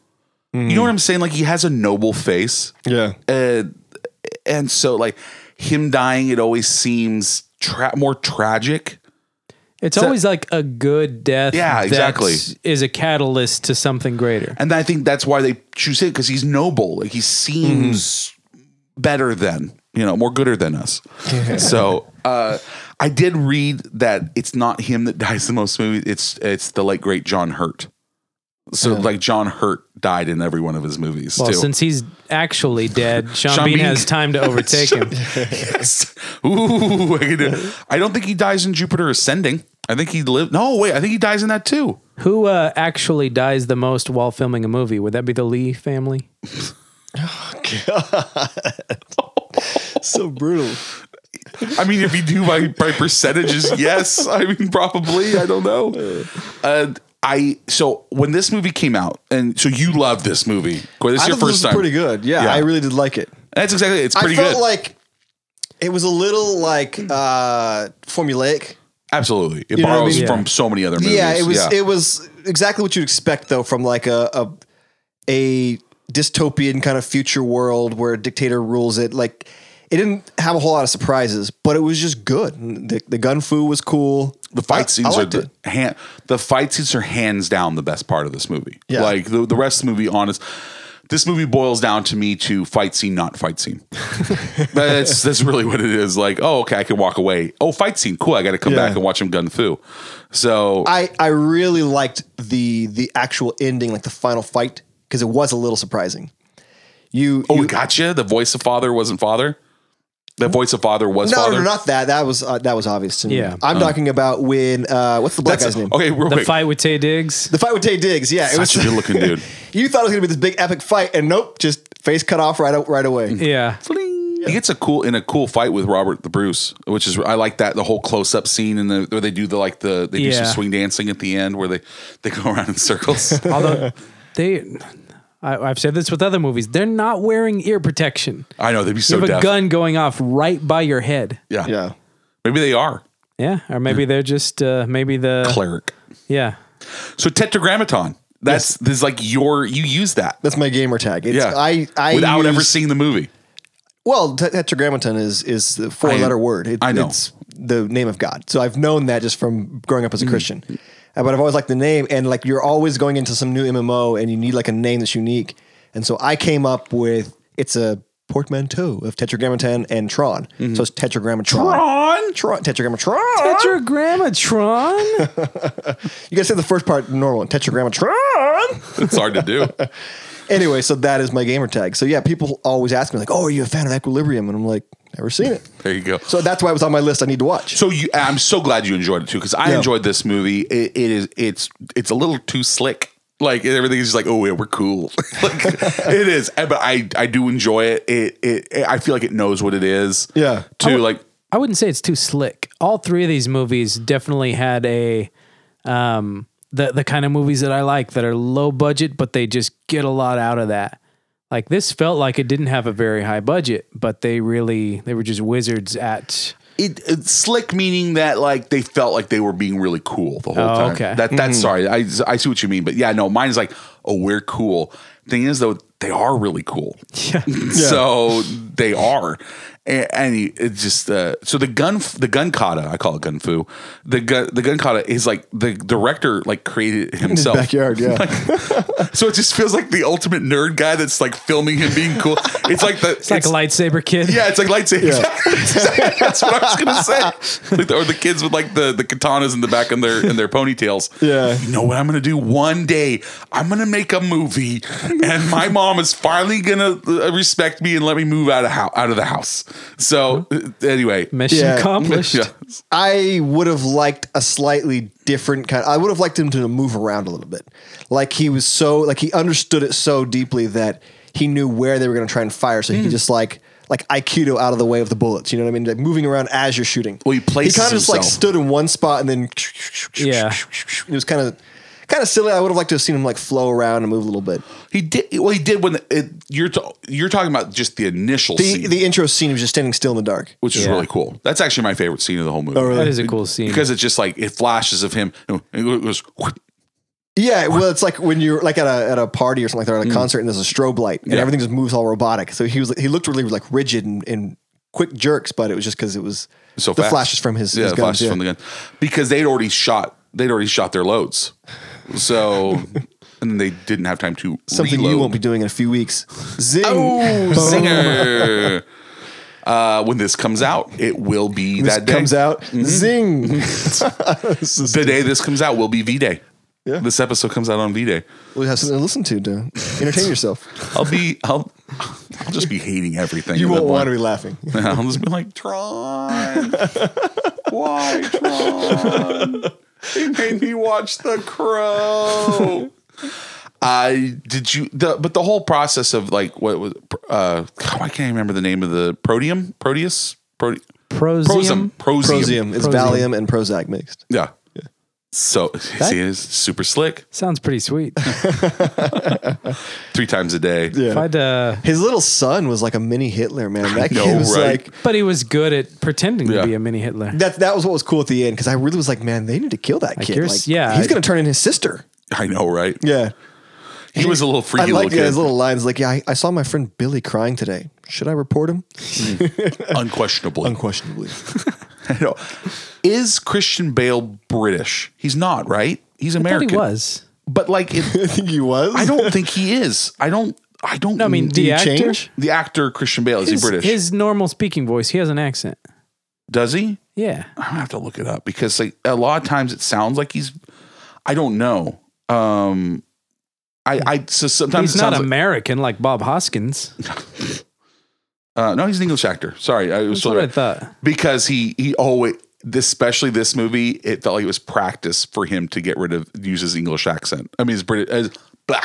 You know what I'm saying? Like he has a noble face. <laughs> Yeah. Uh, and so like him dying, it always seems tra- more tragic. It's always like a good death. Yeah, that exactly. Is a catalyst to something greater. And I think that's why they choose him because he's noble. Like he seems better than, you know, more gooder than us. so uh, I did read that it's not him that <laughs> dies the most movies. It's it's the late great John Hurt. So like John Hurt died in every one of his movies Well, too. since he's actually dead, Sean, Sean Bean, Bean- has time to overtake him. yes. <laughs> Ooh, I, could do- I don't think he dies in Jupiter Ascending. I think he lived. No, wait. I think he dies in that too. Who uh, actually dies the most while filming a movie? Would that be the Lee family? so brutal. I mean, if you do by, by percentages, yes. I mean, probably. I don't know. Uh, I so when this movie came out, and so you love this movie. Corey, This is I your thought this first was time. pretty good. Yeah, Yeah. I really did like it. That's exactly. It. It's pretty I felt good. like it was a little like uh formulaic. Absolutely, it You know what I borrows mean? from so many other movies. Yeah, it was it was exactly what you'd expect though from like a a, a dystopian kind of future world where a dictator rules it. Like it didn't have a whole lot of surprises, but it was just good. And The, the gun foo was cool. the fight scenes are liked the it. hand, the fight scenes are hands down the best part of this movie. Yeah. Like the, the rest of the movie, honest, this movie boils down to me to fight scene, not fight <laughs> scene. that's that's really what it is. Like, oh, okay, I can walk away. Oh, fight scene, cool. I got to come Yeah. back and watch him gun foo. So I I really liked the the actual ending, like the final fight, because it was a little surprising. You oh, you, we gotcha. The voice of father wasn't father. The voice of father was no, father. Oh. no, not that. That was uh, that was obvious to me. Yeah. I'm talking about when uh, what's the black That's- guy's name? Okay, real The quick. fight with Tay Diggs. The fight with Tay Diggs. Yeah, Such a good <laughs> looking dude. You thought it was gonna be this big epic fight, and nope, just face cut off right out right Mm-hmm. away. <laughs> Yeah. He gets a cool in a cool fight with Robert the Bruce, which is I like that the whole close up scene and the where they do the like the they do some Yeah. swing dancing at the end where they they go around in <laughs> circles. Although they, I, I've said this with other movies, they're not wearing ear protection. I know they'd be You so have a deaf. gun going off right by your head. Yeah. maybe they are Yeah, or maybe they're just uh, maybe the cleric. yeah. So tetragrammaton. That's this is like your you use that that's my gamer tag. It's, Yeah. I I without ever use- seeing the movie. Well, tet- tetragrammaton is is the four letter word. It- I know. it's the name of God. So I've known that just from growing up as a Mm-hmm. Christian. Uh, But I've always liked the name, and like you're always going into some new MMO, and you need like a name that's unique. And so I came up with it's a portmanteau of tetragrammaton and Tron. Mm-hmm. So it's tetragrammatron. On Tron, tetragrammatron. Tetragrammatron. you gotta say the first part normal. Tetragrammatron. <laughs> it's hard to do. Anyway, so that is my gamer tag. So yeah, people always ask me like, "Oh, are you a fan of Equilibrium?" And I'm like, "Never seen it." There you go. So that's why it was on my list. I need to watch. So you, I'm so glad you enjoyed it too because I Yeah. enjoyed this movie. It, it is it's it's a little too slick. Like everything is just like, oh yeah, we're cool. <laughs> <laughs> like, it is, Eh, but I I do enjoy it. It, it. it I feel like it knows what it is. Yeah. Too like I wouldn't say it's too slick. All three of these movies definitely had a um the the kind of movies that I like that are low budget but they just get a lot out of that. Like this felt like it didn't have a very high budget, but they really they were just wizards at it, it's slick, meaning that like they felt like they were being really cool the whole Oh, time. okay. That that's sorry. I I see what you mean, but yeah, no, mine's like, oh, we're cool. Thing is though, they are really cool. <laughs> Yeah. <laughs> so they are and, and he- it just uh, so the gun the gun kata i call it gun fu the gun the gun kata is like the director like created it himself backyard, yeah. <laughs> so it just feels like the ultimate nerd guy that's like filming him being <laughs> cool it's like the It's like a lightsaber kid. yeah, it's like lightsabers. <laughs> That's what I was gonna <laughs> say. Like the, or the kids with like the, the katanas in the back and their and their ponytails. Yeah. You know what I'm gonna do one day? I'm gonna make a movie, and my mom is finally gonna uh, respect me and let me move out of hou- out of the house. So uh, anyway, <laughs> Mission Yeah. <laughs> accomplished. Yeah. I would have liked a slightly different kind. I would have liked him to move around a little bit. Like he was so like he understood it so deeply that he knew where they were going to try and fire, so he Hmm. could just like like Aikido out of the way of the bullets. You know what I mean? Like moving around as you're shooting. Well, he places kind of just like himself. stood in one spot and then Yeah. It was kind of kind of silly. I would have liked to have seen him like flow around and move a little bit. he did. Well, he did when the, it, you're t- you're talking about just the initial The scene, the intro scene was just standing still in the dark. which is Yeah. really cool. That's actually my favorite scene of the whole movie. Oh, really? That is a cool scene. Because it's just like it flashes of him. and It goes. Yeah, well, it's like when you're like at a at a party or something like that, or at a concert, and there's a strobe light, and Hmm. Yeah. everything just moves all robotic. So he was he looked really like rigid and, and quick jerks, but it was just because it was so the fast. flashes from his, yeah, his the guns, flashes yeah. from the gun because they'd already shot they'd already shot their loads, <laughs> so and they didn't have time to something reload. you won't be doing in a <laughs> few weeks. Zing! Oh, zinger! Uh, when this comes out, it will be This that day. Mm-hmm. comes out. Zing! <laughs> This is- The day this comes out will be V Day. Yeah. This episode comes out on V Day. we have something to listen to to <laughs> entertain yourself. I'll be I'll I'll just be hating everything. You at that won't want to point. be <laughs> laughing. <laughs> I'll just be like <laughs> Tron. Why Tron? He made me watch The Crow. I did you the but the whole process of like what was uh God, I can't remember the name of the protium Proteus Prote- Prosium Prosium. Prosium is Prosium. Valium and Prozac mixed. yeah so see it's super slick Sounds <laughs> pretty sweet. three times a day If I'd, uh, His little son was like a mini Hitler, man. That know, kid was right? like but he was good at pretending Yeah. to be a mini Hitler. that that was what was cool at the end because I really was like, man, they need to kill that kid. you're Like, s- yeah, he's I- gonna turn in his sister. I know right Yeah, he was a little I freaky like little yeah, kid his little lines. Like, yeah, I, I saw my friend Billy crying today. Should I report him? unquestionably <laughs> Unquestionably, I know. Is Christian Bale British? He's not, right? He's I American. thought he was. but like, I it, think he was. I don't think he is. I don't. I don't. No, I mean the you actor. change? the actor Christian Bale is His, he British? his normal speaking voice. He has an accent. Does he? Yeah. I'm gonna have to look it up because like a lot of times it sounds like he's. I don't know. Um, I I so sometimes He's it not sounds like- American like Bob Hoskins. That's uh, no, he's an English actor. Sorry, I was what totally I Oh. thought. because he he always especially this movie it felt like it was practice for him to get rid of use his english accent i mean his british as blah,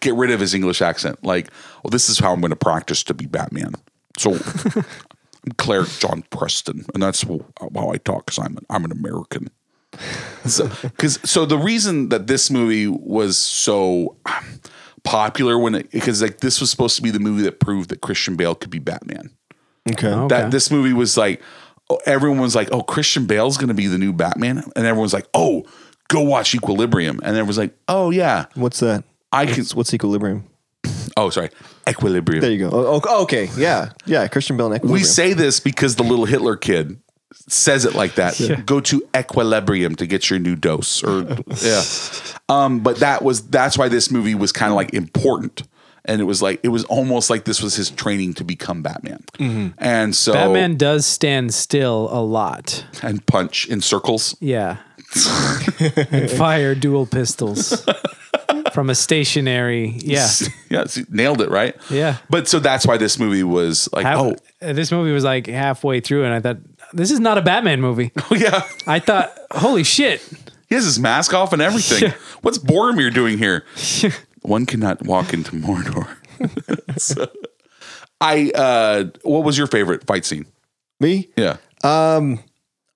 get rid of his english accent like well this is how i'm going to practice to be batman so i'm claire john preston and that's wh- how i talk because i'm, an- I'm an american so because so the reason that this movie was so um, popular when it because like this was supposed to be the movie that proved that christian bale could be batman Okay. Okay. that this movie was like oh, everyone was like, "Oh, Christian Bale's going to be the new Batman," and everyone's like, "Oh, go watch Equilibrium," and everyone's like, "Oh yeah, What's that? I can." What's equilibrium? Oh, sorry, Equilibrium. There you go. Oh, oh, okay. Yeah. Yeah. Christian Bale and equilibrium. we say this because the little Hitler kid says it like that. Go to Equilibrium to get your new dose, or yeah. Um, but that was that's why this movie was kind of like important. And it was like it was almost like this was his training to become Batman, and so Batman does stand still a lot. and <laughs> punch in circles. Yeah. and fire dual pistols. from a stationary. Yeah. <laughs> yeah, see, nailed it, right? Yeah. But so that's why this movie was like, Half- oh, <laughs> uh, This movie was like halfway through, and I thought, this is not a Batman movie. yeah. I thought, holy shit. He has his mask off and everything. Yeah. What's Boromir doing <laughs> here? One cannot walk into Mordor. <laughs> So, I uh what was your favorite fight scene? Me? Yeah.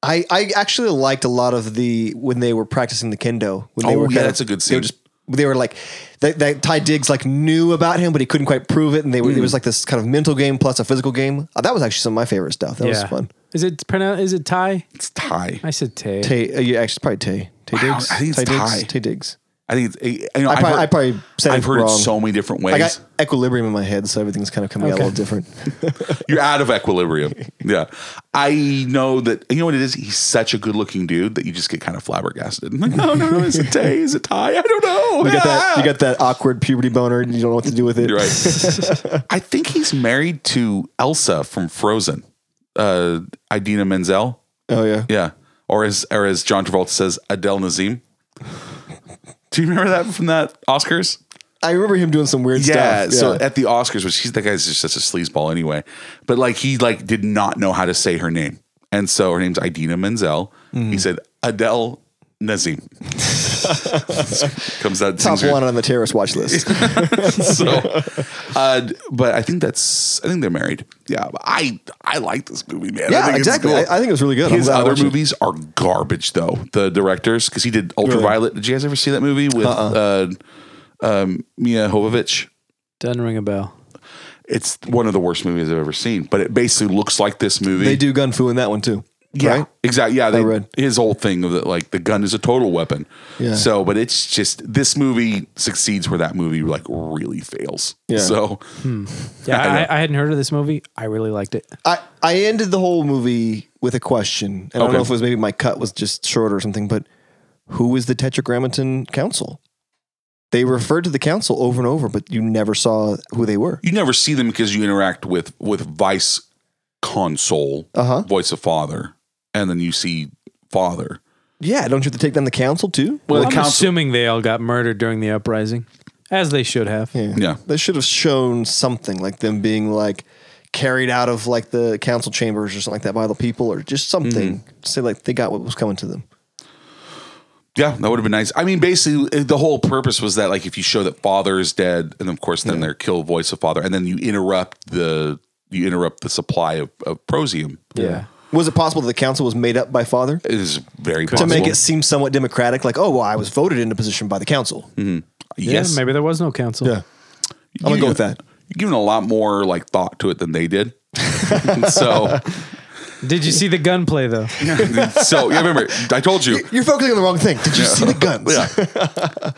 I, I actually liked a lot of the when they were practicing the kendo. When they Oh, were yeah, kind of- that's a good They scene. were, just, they were like that, that Ty Diggs like knew about him, but he couldn't quite prove it, and they were Mm. it was like this kind of mental game plus a physical game. Uh, that was actually some of my favorite stuff. That was fun. Is it pronounced? Is it Thai? It's Ty. I said Tay. Tay, uh, yeah, actually probably Tay. Tay Wow, Diggs. I think it's Tay Ty. Diggs. Tay Diggs. I think it's, I, you know, I I've probably, heard, I probably said I've it heard wrong. it so many different ways. I got equilibrium in my head, so everything's kind of coming out a Okay. little different. You're out of <laughs> equilibrium. yeah. I know that, you know what it is? He's such a good looking dude that you just get kind of flabbergasted. <laughs> I'm like, no, no, no. Is it Tay? Is it Ty? I don't know. You got that. Yeah. You got that awkward puberty boner, and you don't know what to do with it. You're <laughs> right. I think he's married to Elsa from Frozen, uh, Idina Menzel. Oh yeah. Yeah. Or as, or as John Travolta says, Adele Nazim. Do you remember that from that Oscars? I remember him doing some weird Yeah, stuff. So at the Oscars, which he's that guy's just such a sleazeball anyway. But like he like did not know how to say her name, and so her name's Idina Menzel. He said Adele <laughs> Nazim. Comes out top sings her- one on the terrorist watch list. <laughs> so, uh, d- but I think that's I think they're married. Yeah, but I I like this movie, man. I Yeah, think it's exactly. cool. I, I think it was really good. I'm His glad I other watched it. movies are garbage though. The directors, because he did Ultraviolet. Did you guys ever see that movie with Uh-uh. uh um, Mia Jovovich? Doesn't ring a bell. It's one of the worst movies I've ever seen, but it basically looks like this movie. They do gun fu in that one too. yeah, right? exactly. Yeah, they, read. his whole thing of that, like the gun is a total weapon. Yeah. So, but it's just this movie succeeds where that movie like really fails. Yeah. So, Yeah, I know. I, I hadn't heard of this movie. I really liked it. I, I ended the whole movie with a question. And I don't Okay. know if it was maybe my cut was just short or something, but who is the Tetragrammaton Council? They referred to the council over and over, but you never saw who they were. you never see them because you interact with with vice console Uh-huh. voice of father and then you see father Yeah, don't you have to take down the council too? well I'm assuming they all got murdered during the uprising, as they should have. Yeah. Yeah. They should have shown something like them being like carried out of like the council chambers or something like that by the people or just something to say like they got what was coming to them. yeah that would have been nice i mean basically eh, the whole purpose was that like if you show that father is dead and of course then they're kill voice of father and then you interrupt the you interrupt the supply of, of prosium Yeah. Was it possible that the council was made up by father? it is very to possible. make it seem somewhat democratic, like, oh, well, I was voted into position by the council. yes maybe there was no council. Yeah. I'm gonna go with that. you're giving a lot more like thought to it than they <laughs> did so <laughs> Did you see the gunplay though? so yeah remember i told you You're focusing on the wrong thing. Did you see the <laughs> guns? Yeah.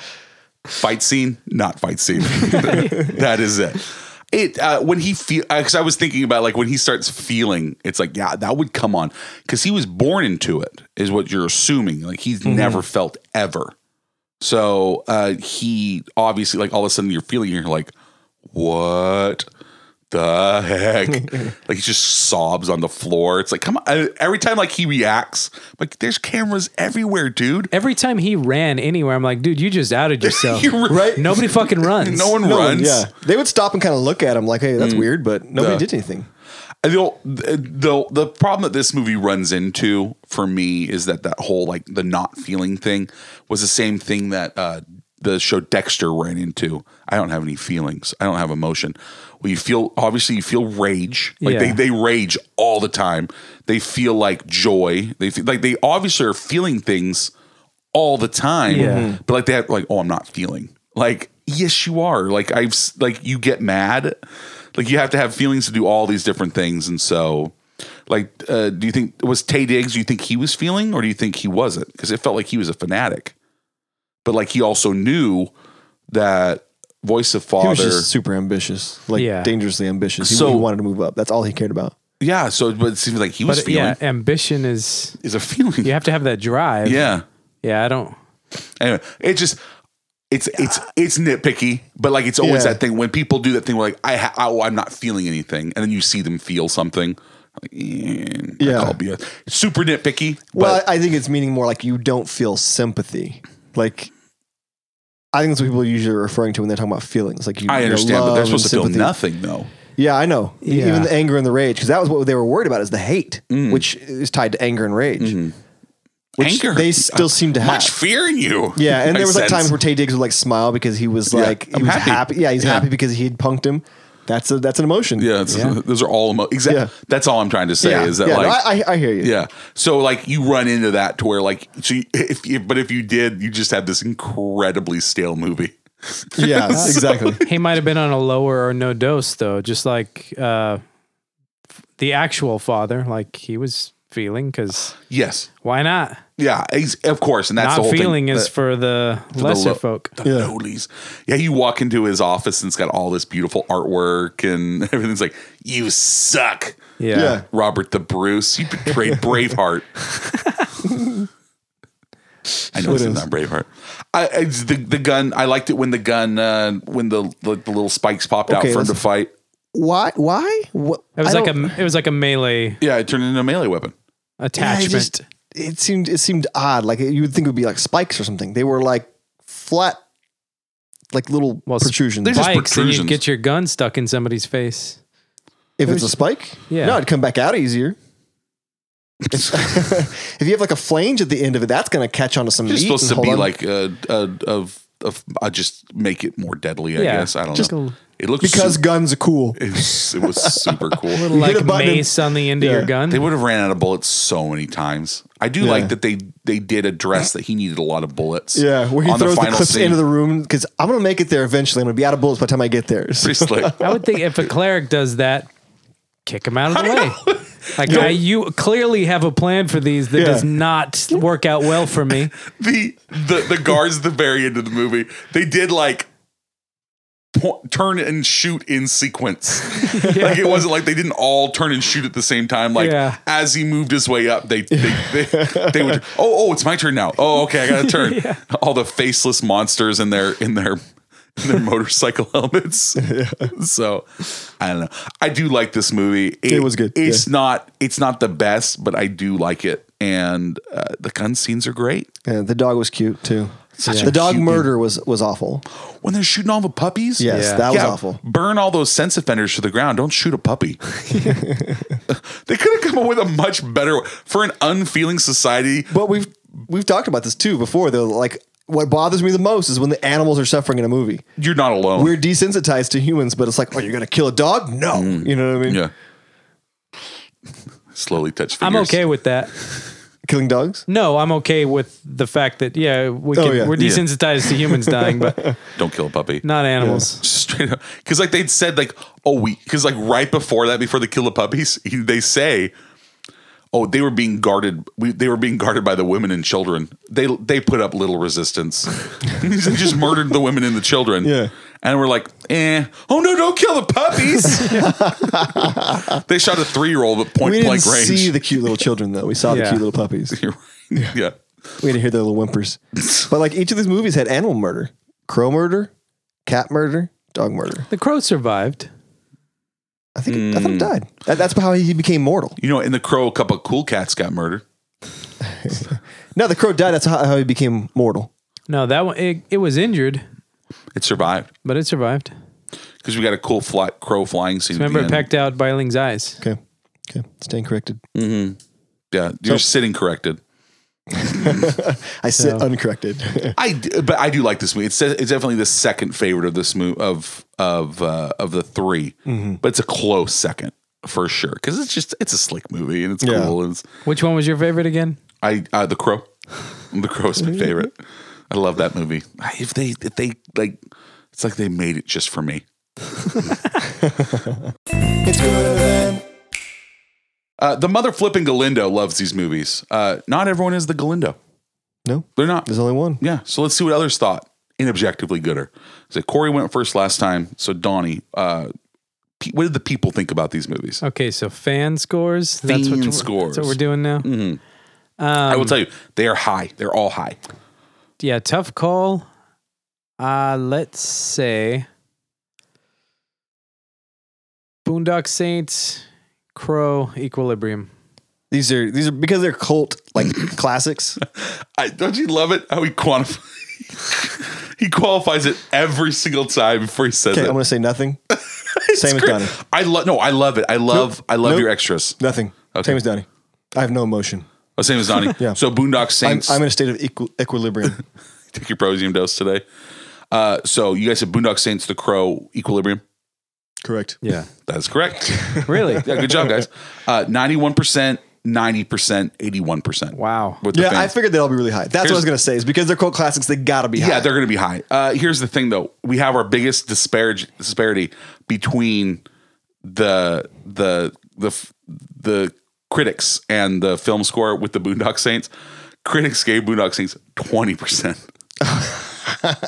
fight scene, not fight scene. <laughs> that is it. It uh, when he feel because I was thinking about like when he starts feeling, it's like yeah, that would come on because he was born into it, is what you're assuming. Like he's never felt ever. So uh, he obviously like all of a sudden you're feeling you're like what the heck like he just sobs on the floor it's like come on I- every time like he reacts like there's cameras everywhere dude Every time he ran anywhere, I'm like, dude, you just outed yourself. You're right. <laughs> Nobody fucking runs. no one No one- runs yeah. They would stop and kind of look at him like, hey, that's weird, but nobody Yeah. did anything. And The, the the problem that this movie runs into for me is that that whole like the not feeling thing was the same thing that uh, the show Dexter ran into. I don't have any feelings. I don't have emotion. Well, you feel obviously you feel rage. Like they Yeah. they rage all the time. They feel like joy. They feel like they obviously are feeling things all the time. Yeah. Mhm. Mm-hmm. But like they have like, oh, I'm not feeling. Like, yes, you are. Like I've s- like you get mad. Like you have to have feelings to do all these different things. And so like uh, do you think was Tay Diggs, do you think he was feeling or do you think he wasn't? Because it felt like he was a fanatic. But like he also knew that voice of He was father just super ambitious, like Yeah. dangerously ambitious. He, So- he wanted to move up. That's all he cared about. Yeah, so but it seems like he was But feeling yeah, ambition is is a feeling. you have to have that drive. Yeah. Yeah, I don't Anyway, it just it's it's it's nitpicky, but like it's always Yeah. that thing when people do that thing where like I ha- oh, I'm not feeling anything, and then you see them feel something. Like, yeah, Yeah. I'll be a, super nitpicky. Well, But I I think it's meaning more like you don't feel sympathy. Like I think that's what people usually are referring to when they're talking about feelings. Like you, I you know, understand, but love they're and supposed to feel sympathy. nothing though. Yeah, I know. E- Yeah. Even the anger and the rage, because that was what they were worried about is the hate, Mm. which is tied to anger and rage. Which Mm-hmm. Anger. they still seem to have. Much fear in you. Yeah, and there Makes was like sense. times where Tay Diggs would like smile because he was Yeah, like I'm he was happy. happy. Yeah, he's Yeah. happy because he had punked him. That's a that's an emotion. Yeah, it's, Yeah. those are all emo- exactly. Yeah. That's all I'm trying to say yeah, is that yeah, no, like I, I I hear you. yeah. So like you run into that to where like so you, if, if but if you did, you just had this incredibly stale movie. <laughs> yeah, exactly. he might have been on a lower or no dose though, just like uh, f- the actual father, like he was feeling. Because Yes. why not? Yeah. ex- Of course, and that's the not whole feeling thing. is The- for the the lesser lo- folk. The lowlies. Yeah, you walk into his office and it's got all this beautiful artwork and <laughs> everything's like, you suck, Yeah. Yeah. Robert the Bruce. You <laughs> betrayed Braveheart. I know it's is. not Braveheart. I, I the the gun. I liked it when the gun uh, when the the, the little spikes popped out Okay, for him to let's- fight. Why? Why? What? It was I like don't- a it was like a melee Yeah, it turned into a melee weapon. yeah, I attachment. just- it seemed it seemed odd. Like you would think it would be like spikes or something. They were like flat, like little Well, sp- protrusions. They're just Bikes and you protrusions. get your gun stuck in somebody's face. If it's a spike, Yeah. no, it'd come back out easier. if if <laughs> you have like a flange at the end of it, that's going to catch onto some It's meat supposed and to hold be on. like a, a, of of I just make it more deadly. I Yeah, guess I don't just know. a- it looks because guns are cool. it was, it was super <laughs> cool. Little hit like a button and- mace on the end of your Yeah. gun. They would have ran out of bullets so many times. I do like that they they did address that he needed a lot of bullets. Yeah, where he on throws the, final clips scene. <laughs> into the room because I'm gonna make it there eventually. I'm gonna be out of bullets by the time I get there. So- Pretty slick. I would think if a cleric does that, kick him out of the way. Like I, you clearly have a plan for these that Yeah. does not work out well for me. the the the guards at the very end of the movie they did like po- turn and shoot in <laughs> sequence like it wasn't like they didn't all turn and shoot at the same time like Yeah. as he moved his way up they they, they, they <laughs> would oh oh it's my turn now oh okay i gotta turn all the faceless monsters in their in their in their motorcycle <laughs> helmets so i don't know i do like this movie It was good, it's not it's not the best but i do like it and uh, the gun scenes are great Yeah, the dog was cute too. Such a The dog cute murder was was awful. when they're shooting all the puppies. Yes, Yeah. that was Yeah, awful. Burn all those sense offenders to the ground. Don't shoot a <laughs> puppy. they could have come up with a much better for an unfeeling society. But we've we've talked about this too before. Though, like what bothers me the most is when the animals are suffering in a movie. You're not alone. We're desensitized to humans, but it's like, oh, you're gonna kill a dog? No, you know what I mean? Mm. yeah. Slowly touch I'm fingers. okay with that. Killing dogs? No, I'm okay with the fact that yeah, we Oh, can, yeah. we're Yeah. desensitized to humans dying, <laughs> but Don't kill a puppy. not animals. Just straight up because like they'd said like oh we because like right before that before they kill the puppies <laughs> he- they say oh they were being guarded we, they were being guarded by the women and children they they put up little resistance <laughs> they just murdered the women and the children Yeah. and we're like eh oh no don't kill the puppies <laughs> they shot a three year old at point We didn't blank range see the cute little children though. We saw the Yeah. cute little <laughs> puppies. You're right. yeah We had to hear their little whimpers. But like each of these movies had animal murder, crow murder, cat murder, dog murder. The crow survived. I think I Hmm. thought he died. That, that's how he became mortal. you know in the crow a couple of cool cats got murdered No, the crow died. That's how, how he became mortal. No, that one it, it was injured, it survived but it survived. because we got a cool fly, crow flying scene at the Remember, it end. pecked out Biling's eyes. Okay. Okay. Staying corrected. yeah you're sitting corrected I sit So- uncorrected. <laughs> I d- but I do like this movie. It's it's definitely the second favorite of this movie of of uh, of the 3 but it's a close second for sure because it's just it's a slick movie and it's Yeah. cool. And it's, Which one was your favorite again? I uh, the Crow, the Crow is my favorite. I love that movie. I- If they if they like, it's like they made it just for me. it's good. Uh, the mother flipping Galindo loves these movies. Uh, not everyone is the Galindo. No, They're not. there's only one. Yeah. So let's see what others thought in objectively gooder. So Corey went first last time. So Donnie, uh, pe- what did the people think about these movies? Okay, so fan scores. That's Fan what, we're- scores. That's what we're doing now. I Um, will tell you, they are high. They're all high. yeah, tough call. Uh let's say Boondock Saints, Crow, Equilibrium. These are these are because <coughs> they're cult like classics. I, don't you love it how he quantifies? <laughs> He qualifies it every single time before he says Okay, it. I'm going to say nothing. It's Same as great. Donnie. I love. No, I love it. I love. Nope. I love Nope. your extras. Nothing. Okay. Same as Donnie. I have no emotion. Oh, same as Donnie. <laughs> Yeah. So Boondock I'm, Saints. I'm in a state of equi- <laughs> equilibrium. take your prosium dose today. Uh, so you guys said Boondock Saints, The Crow, Equilibrium. Correct. Yeah. That's correct. <laughs> Really? yeah, good job, guys. Uh, 91%, 90%, 81%. Wow. With the Yeah, I fans. figured they'll be really high. That's what I Here's- was going to say. Is because they're cult classics, they got to be high. Yeah, they're going to be high. Uh, here's the thing, though. We have our biggest disparage disparity between the the the f- the critics and the film score with the Boondock Saints. Critics gave Boondock Saints twenty percent, <laughs>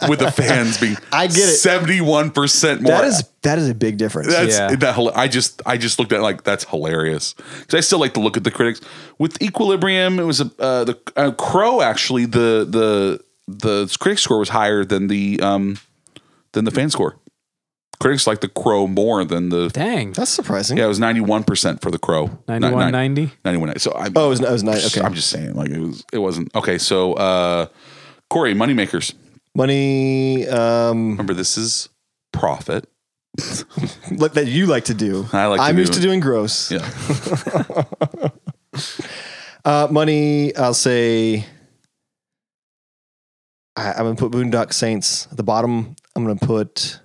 with the fans being I get it. seventy one percent more. that is that is a big difference. That's Yeah. that. hila- I just I just looked at it like that's hilarious because I still like to look at the critics with Equilibrium. It was a uh, the uh, Crow actually the the the critic score was higher than the um than the fan score. Critics like the Crow more than the Dang. That's surprising. yeah. It was ninety one percent for the Crow. 91, 90. 91. So I Oh, it was, it was night. Okay. I'm just saying like it was it wasn't okay. So uh Corey Moneymakers. Money um, Remember this is profit. like that you like to do. Um, I like to I'm do used it. to doing gross. Yeah. Uh, money, I'll say. I, I'm gonna put Boondock Saints at the bottom. I'm gonna put.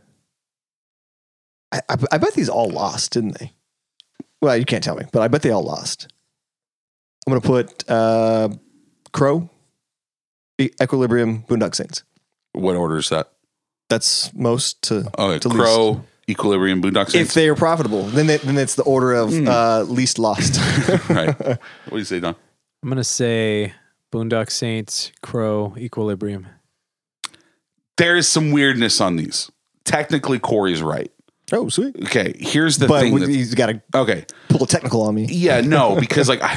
I, I, I bet these all lost, didn't they? Well, you can't tell me, but I bet they all lost. I'm gonna put uh, Crow, E- Equilibrium, Boondock Saints. what order is that? That's most to. Okay, to Oh, Crow, Equilibrium, Boondock Saints. If they are profitable, then they, then it's the order of uh, least <laughs> lost. right. What do you say, Don? I'm going to say Boondock Saints, Crow, Equilibrium. There is some weirdness on these. Technically, Corey's right. oh, sweet. Okay, here's the But thing. we- that- he's got to okay, pull a technical on me. <laughs> yeah, no, because like I,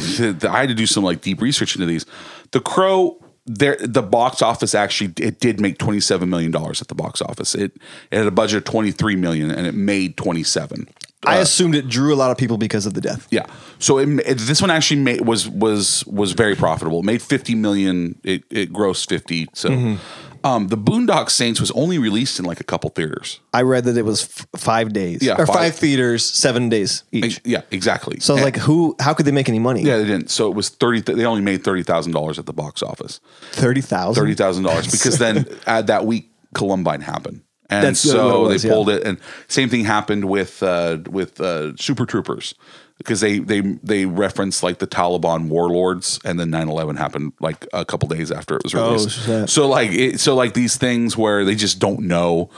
I had to do some like deep research into these. The Crow, there, the box office actually it did make twenty seven million dollars at the box office. It it had a budget of twenty three million and it made twenty seven. I Uh, assumed it drew a lot of people because of the death. Yeah. So it, it- this one actually made, was was was very profitable. It made fifty million. It it grossed fifty. So, Mm-hmm. um, the Boondock Saints was only released in like a couple theaters. I read that it was f- five days, Yeah, or five, five. theaters, seven days each. Yeah, exactly. so I was like, who? How could they make any money? yeah, they didn't. So it was thirty. They only made thirty thousand dollars at the box office. thirty thousand. Thirty thousand dollars because then at that week Columbine happened, and That's what so it was, they yeah. pulled it. And same thing happened with uh, with uh, Super Troopers because they they they referenced like the Taliban warlords, and then 9-11 happened like a couple days after it was Oh, released. shit. so like it, so like these things where they just don't know.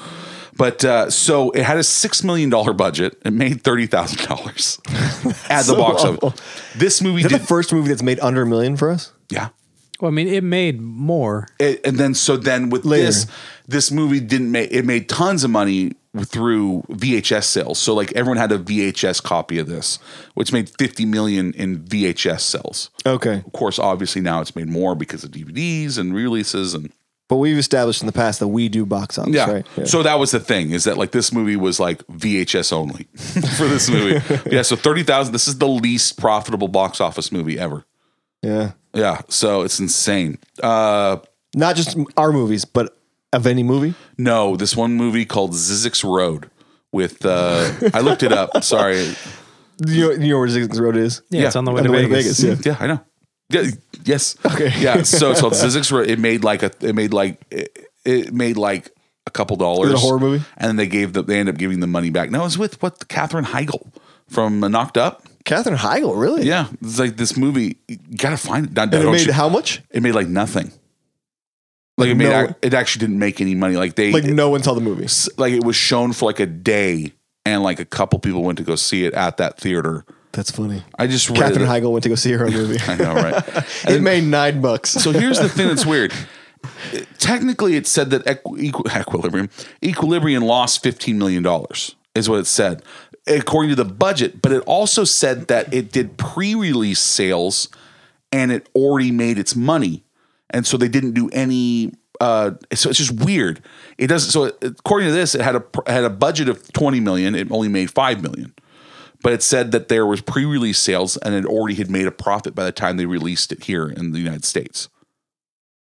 But uh, so it had a six million dollar budget. It made thirty thousand dollars <laughs> at the <laughs> so box awful. office. This movie Is that did the first movie that's made under a million for us? yeah. Well, I mean, it made more. it, and then so then with Later. this this movie didn't make it made tons of money through VHS sales. So like everyone had a VHS copy of this, which made 50 million in VHS sales. Okay, Of course, obviously now it's made more because of DVDs and releases and but we've established in the past that we do box office, yeah. right? Yeah. So that was the thing is that like this movie was like VHS only <laughs> for this <laughs> movie. yeah, so 30,000 this is the least profitable box office movie ever. yeah, Yeah, so it's insane. Uh not just our movies, but of any movie. No, this one movie called Zizix Road with uh I looked it up. Sorry. You know, you know where Zigzag Road is? Yeah, Yeah, it's on the way, on to, the way to Vegas. Vegas, yeah. Yeah, I know. Yeah, yes. Okay. Yeah, so it's <laughs> called Zizix Road. It made like a it made like it, it made like a couple dollars. Is it a horror movie? And then they gave the they ended up giving the money back. No, it was with what Catherine Heigl from Knocked Up. Catherine Heigl, really? Yeah. It's like this movie. You gotta find it. Not, And it don't made you- how much? it made like nothing. Like it made no- ac- it actually didn't make any money. Like they Like no one saw the movie. s- like it was shown for like a day and like a couple people went to go see it at that theater. That's funny. I just read Catherine it. Heigl went to go see her own movie. <laughs> I know, right? it made nine bucks. so <laughs> here's the thing that's weird. Technically, it said that equi- equi- equilibrium equilibrium lost fifteen million dollars is what it said according to the budget, but it also said that it did pre-release sales and it already made its money, and so they didn't do any. Uh, so it's just weird. It doesn't. So it- according to this, it had a pr- had a budget of twenty million. It only made five million but it said that there was pre-release sales and it already had made a profit by the time they released it here in the United States.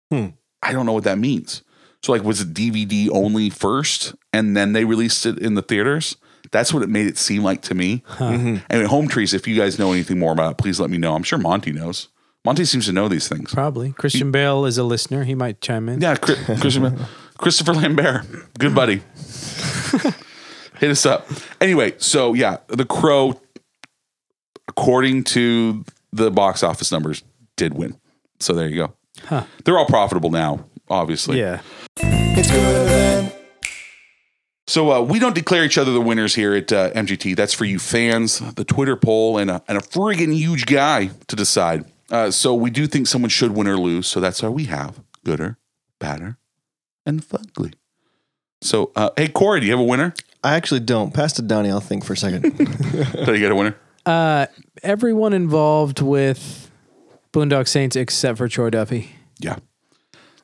I don't know what that means. So like was it DVD only first and then they released it in the theaters? That's what it made it seem like to me. And at Home Trees, if you guys know anything more about it, please let me know. I'm sure Monty knows. Monty seems to know these things. Probably. Christian Bale is a listener. He might chime in. Yeah, Chris, Christopher, Christopher Lambert, good buddy. Hit us up. Anyway, so yeah, The Crow, according to the box office numbers, did win. So there you go. They're all profitable now, obviously. Yeah. So uh, we don't declare each other the winners here at uh, MGT. That's for you fans, the Twitter poll, and a, and a friggin' huge guy to decide. Uh, so we do think someone should win or lose. So that's why we have gooder, badder, and fugly. So uh, hey, Corey, do you have a winner? I actually don't. Pass to Donnie, I'll think for <laughs> a second. Did you get a winner? Uh, everyone involved with Boondock Saints except for Troy Duffy. Yeah.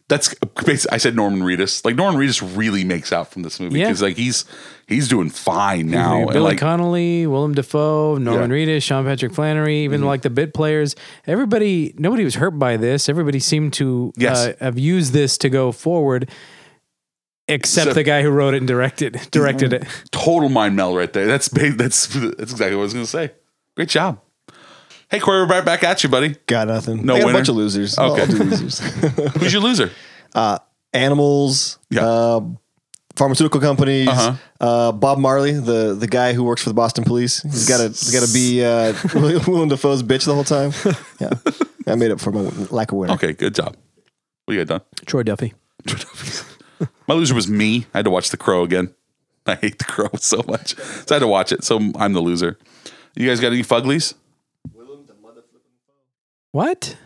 That's basically, I said Norman Reedus. Like Norman Reedus really makes out from this movie Yeah. because like he's he's doing fine now. Billy and like Connolly, Willem Dafoe, Norman Yeah. Mm-hmm. Reedus, Sean Patrick Flannery, even like the bit players. Everybody, nobody was hurt by this. Everybody seemed to Yes. uh, have used this to go forward, except So- the guy who wrote it and directed <laughs> directed it. total mind meld right there. That's ba- that's that's exactly what I was gonna say. Great job. Hey Corey, we're right back at you, buddy. Got nothing. No I got winner? a bunch of losers. I'll- Okay. I'll do losers. <laughs> Who's your loser? Animals. Yeah. Uh, pharmaceutical companies. Uh-huh. uh Bob Marley, the the guy who works for the Boston Police. He's got to he's got to <laughs> be uh, Will- Willem Dafoe's bitch the whole time. Yeah. I made up for my lack of winner. Okay, good job. What you got Troy Duffy. done? My loser was me. I had to watch The Crow again. <laughs> I hate The Crow so much, so I had to watch it. So I'm the loser. You guys got any fuglies? What?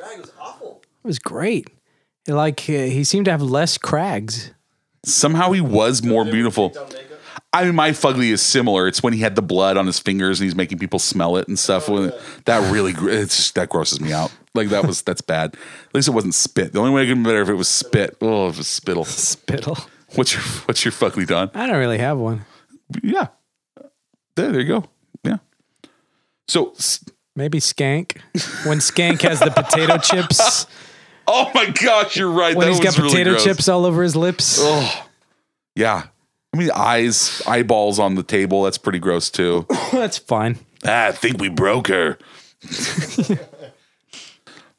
It was great. Like uh, he seemed to have less crags. Somehow he was more beautiful. I mean, my fugly is similar. It's when he had the blood on his fingers and he's making people smell it and stuff. When- That really, gr- it's just, that grosses me out. Like that was that's bad. At least it wasn't spit. The only way it could be better if it was spit. Oh, if it was spittle. Spittle. What's your what's your fugly done? I don't really have one. Yeah, there, there you go. Yeah. So, s- Maybe skank. When skank has the <laughs> potato chips. oh my gosh, you're right. when That he's got was really potato gross. chips all over his lips. Yeah. I mean, eyes, eyeballs on the table. That's pretty gross too. <laughs> That's fine. Ah, I think we broke her.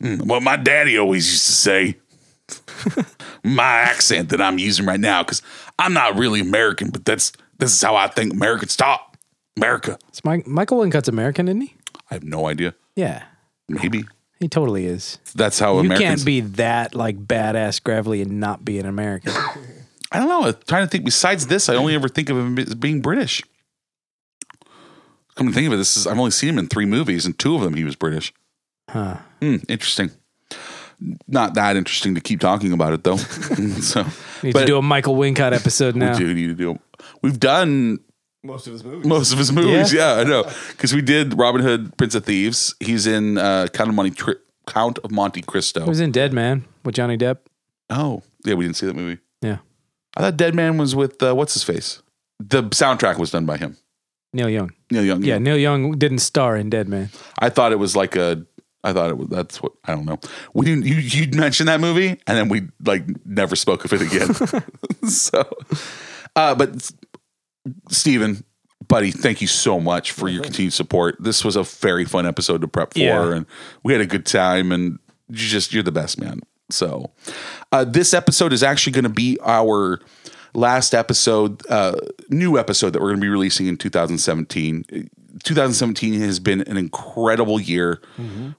Mm, well, my daddy always used to say my accent that I'm using right now because I'm not really American, but that's this is how I think Americans talk. America. It's my, Michael Wincut's American, isn't he? I have no idea. Yeah, Maybe he totally is. that's how You Americans. can't be that like badass gravelly and not be an American. I don't know. I'm trying to think. Besides this, I only ever think of him as being British. Come to think of it, this is I've only seen him in three movies, and two of them he was British. Huh. Hmm, interesting. Not that interesting to keep talking about <laughs> it though. <laughs> so Need but- to do a Michael Wincott episode now. We do need to do. We've done Most of his movies. most of his movies. Yeah, I know. Because we did Robin Hood, Prince of Thieves. He's in uh, Count of Monte Tri- Count of Monte Cristo. He was in Dead Man with Johnny Depp. oh, yeah, we didn't see that movie. Yeah, I thought Dead Man was with uh, what's his face. The soundtrack was done by him. Neil Young. Neil Young. Yeah, Neil Young didn't star in Dead Man. I thought it was like a. I thought it was. That's what I don't know. We didn't. You you mentioned that movie, and then we like never spoke of it again. <laughs> so, uh, but S- Steven, buddy, thank you so much for your continued support. This was a very fun episode to prep for, Yeah. and we had a good time. And you just you're the best man. So, uh, this episode is actually going to be our last episode, uh, new episode that we're going to be releasing in 2017. 2017 has been an incredible year.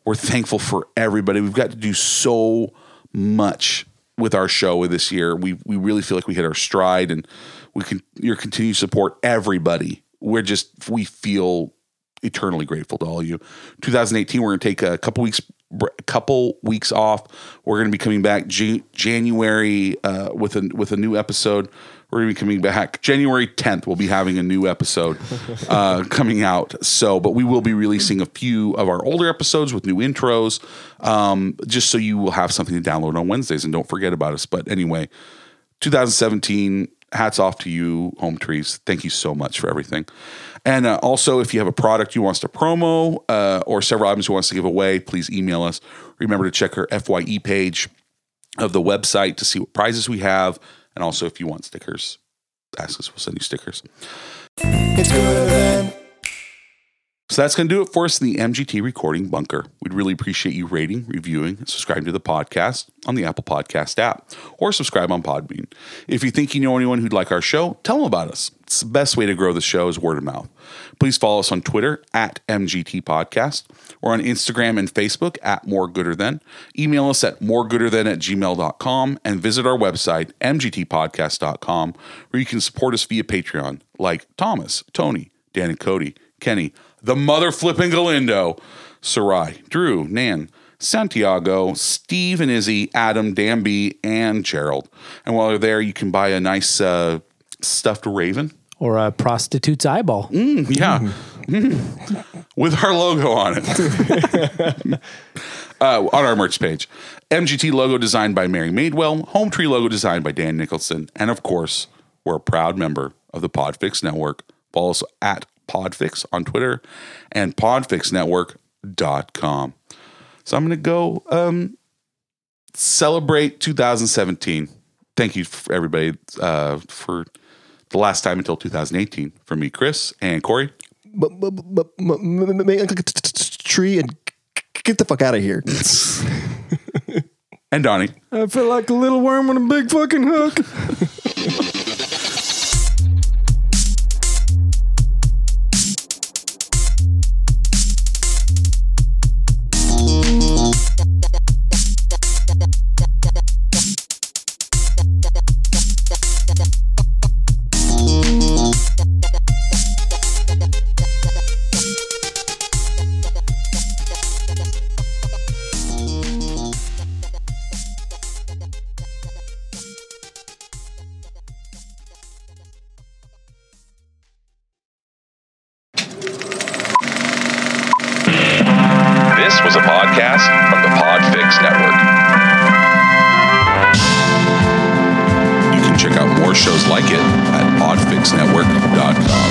We're thankful for everybody. We've got to do so much with our show this year. We we really feel like we hit our stride, and we can your continued support. Everybody, we're just we feel eternally grateful to all of you. 2018, we're going to take a couple weeks, br- couple weeks off. We're going to be coming back Jan- January uh, with a with a new episode. We're going to be coming back January 10th. We'll be having a new episode uh, coming out. So, but we will be releasing a few of our older episodes with new intros, um, just so you will have something to download on Wednesdays and don't forget about us. But anyway, 2017. Hats off to you, Home Trees. Thank you so much for everything. And uh, also, if you have a product you want us to promo uh, or several items you want us to give away, please email us. Remember to check our FYE E page of the website to see what prizes we have. And also, if you want stickers, ask us, we'll send you stickers. So that's going to do it for us in the MGT recording bunker. We'd really appreciate you rating, reviewing, and subscribing to the podcast on the Apple Podcast app or subscribe on Podbean. If you think you know anyone who'd like our show, tell them about us. It's the best way to grow the show is word of mouth. Please follow us on Twitter at MGT Podcast or on Instagram and Facebook at More Gooder Than. Email us at moregooderthan at gmail.com and visit our website, mgtpodcast.com, where you can support us via Patreon like Thomas, Tony, Dan and Cody, Kenny, the mother flipping Galindo, Sarai, Drew, Nan, Santiago, Steve and Izzy, Adam, Danby, and Gerald. And while you're there, you can buy a nice uh, stuffed raven. Or a prostitute's eyeball. Yeah. Mm. <laughs> With our logo on it. <laughs> uh, on our merch page. MGT logo designed by Mary Madewell, Home Tree logo designed by Dan Nicholson, and of course, we're a proud member of the Podfix Network. Follow us at Podfix on Twitter and podfixnetwork.com. So I'm going to go um, celebrate 2017. Thank you, for everybody, uh, for the last time until 2018. From me, Chris and Corey. B- b- b- b- m- m- m- make a t- t- t- tree and g- g- get the fuck out of <laughs> here. and Donnie. I feel like a little worm on a big fucking hook. This was a podcast from the Podfix Network. You can check out more shows like it at podfixnetwork.com.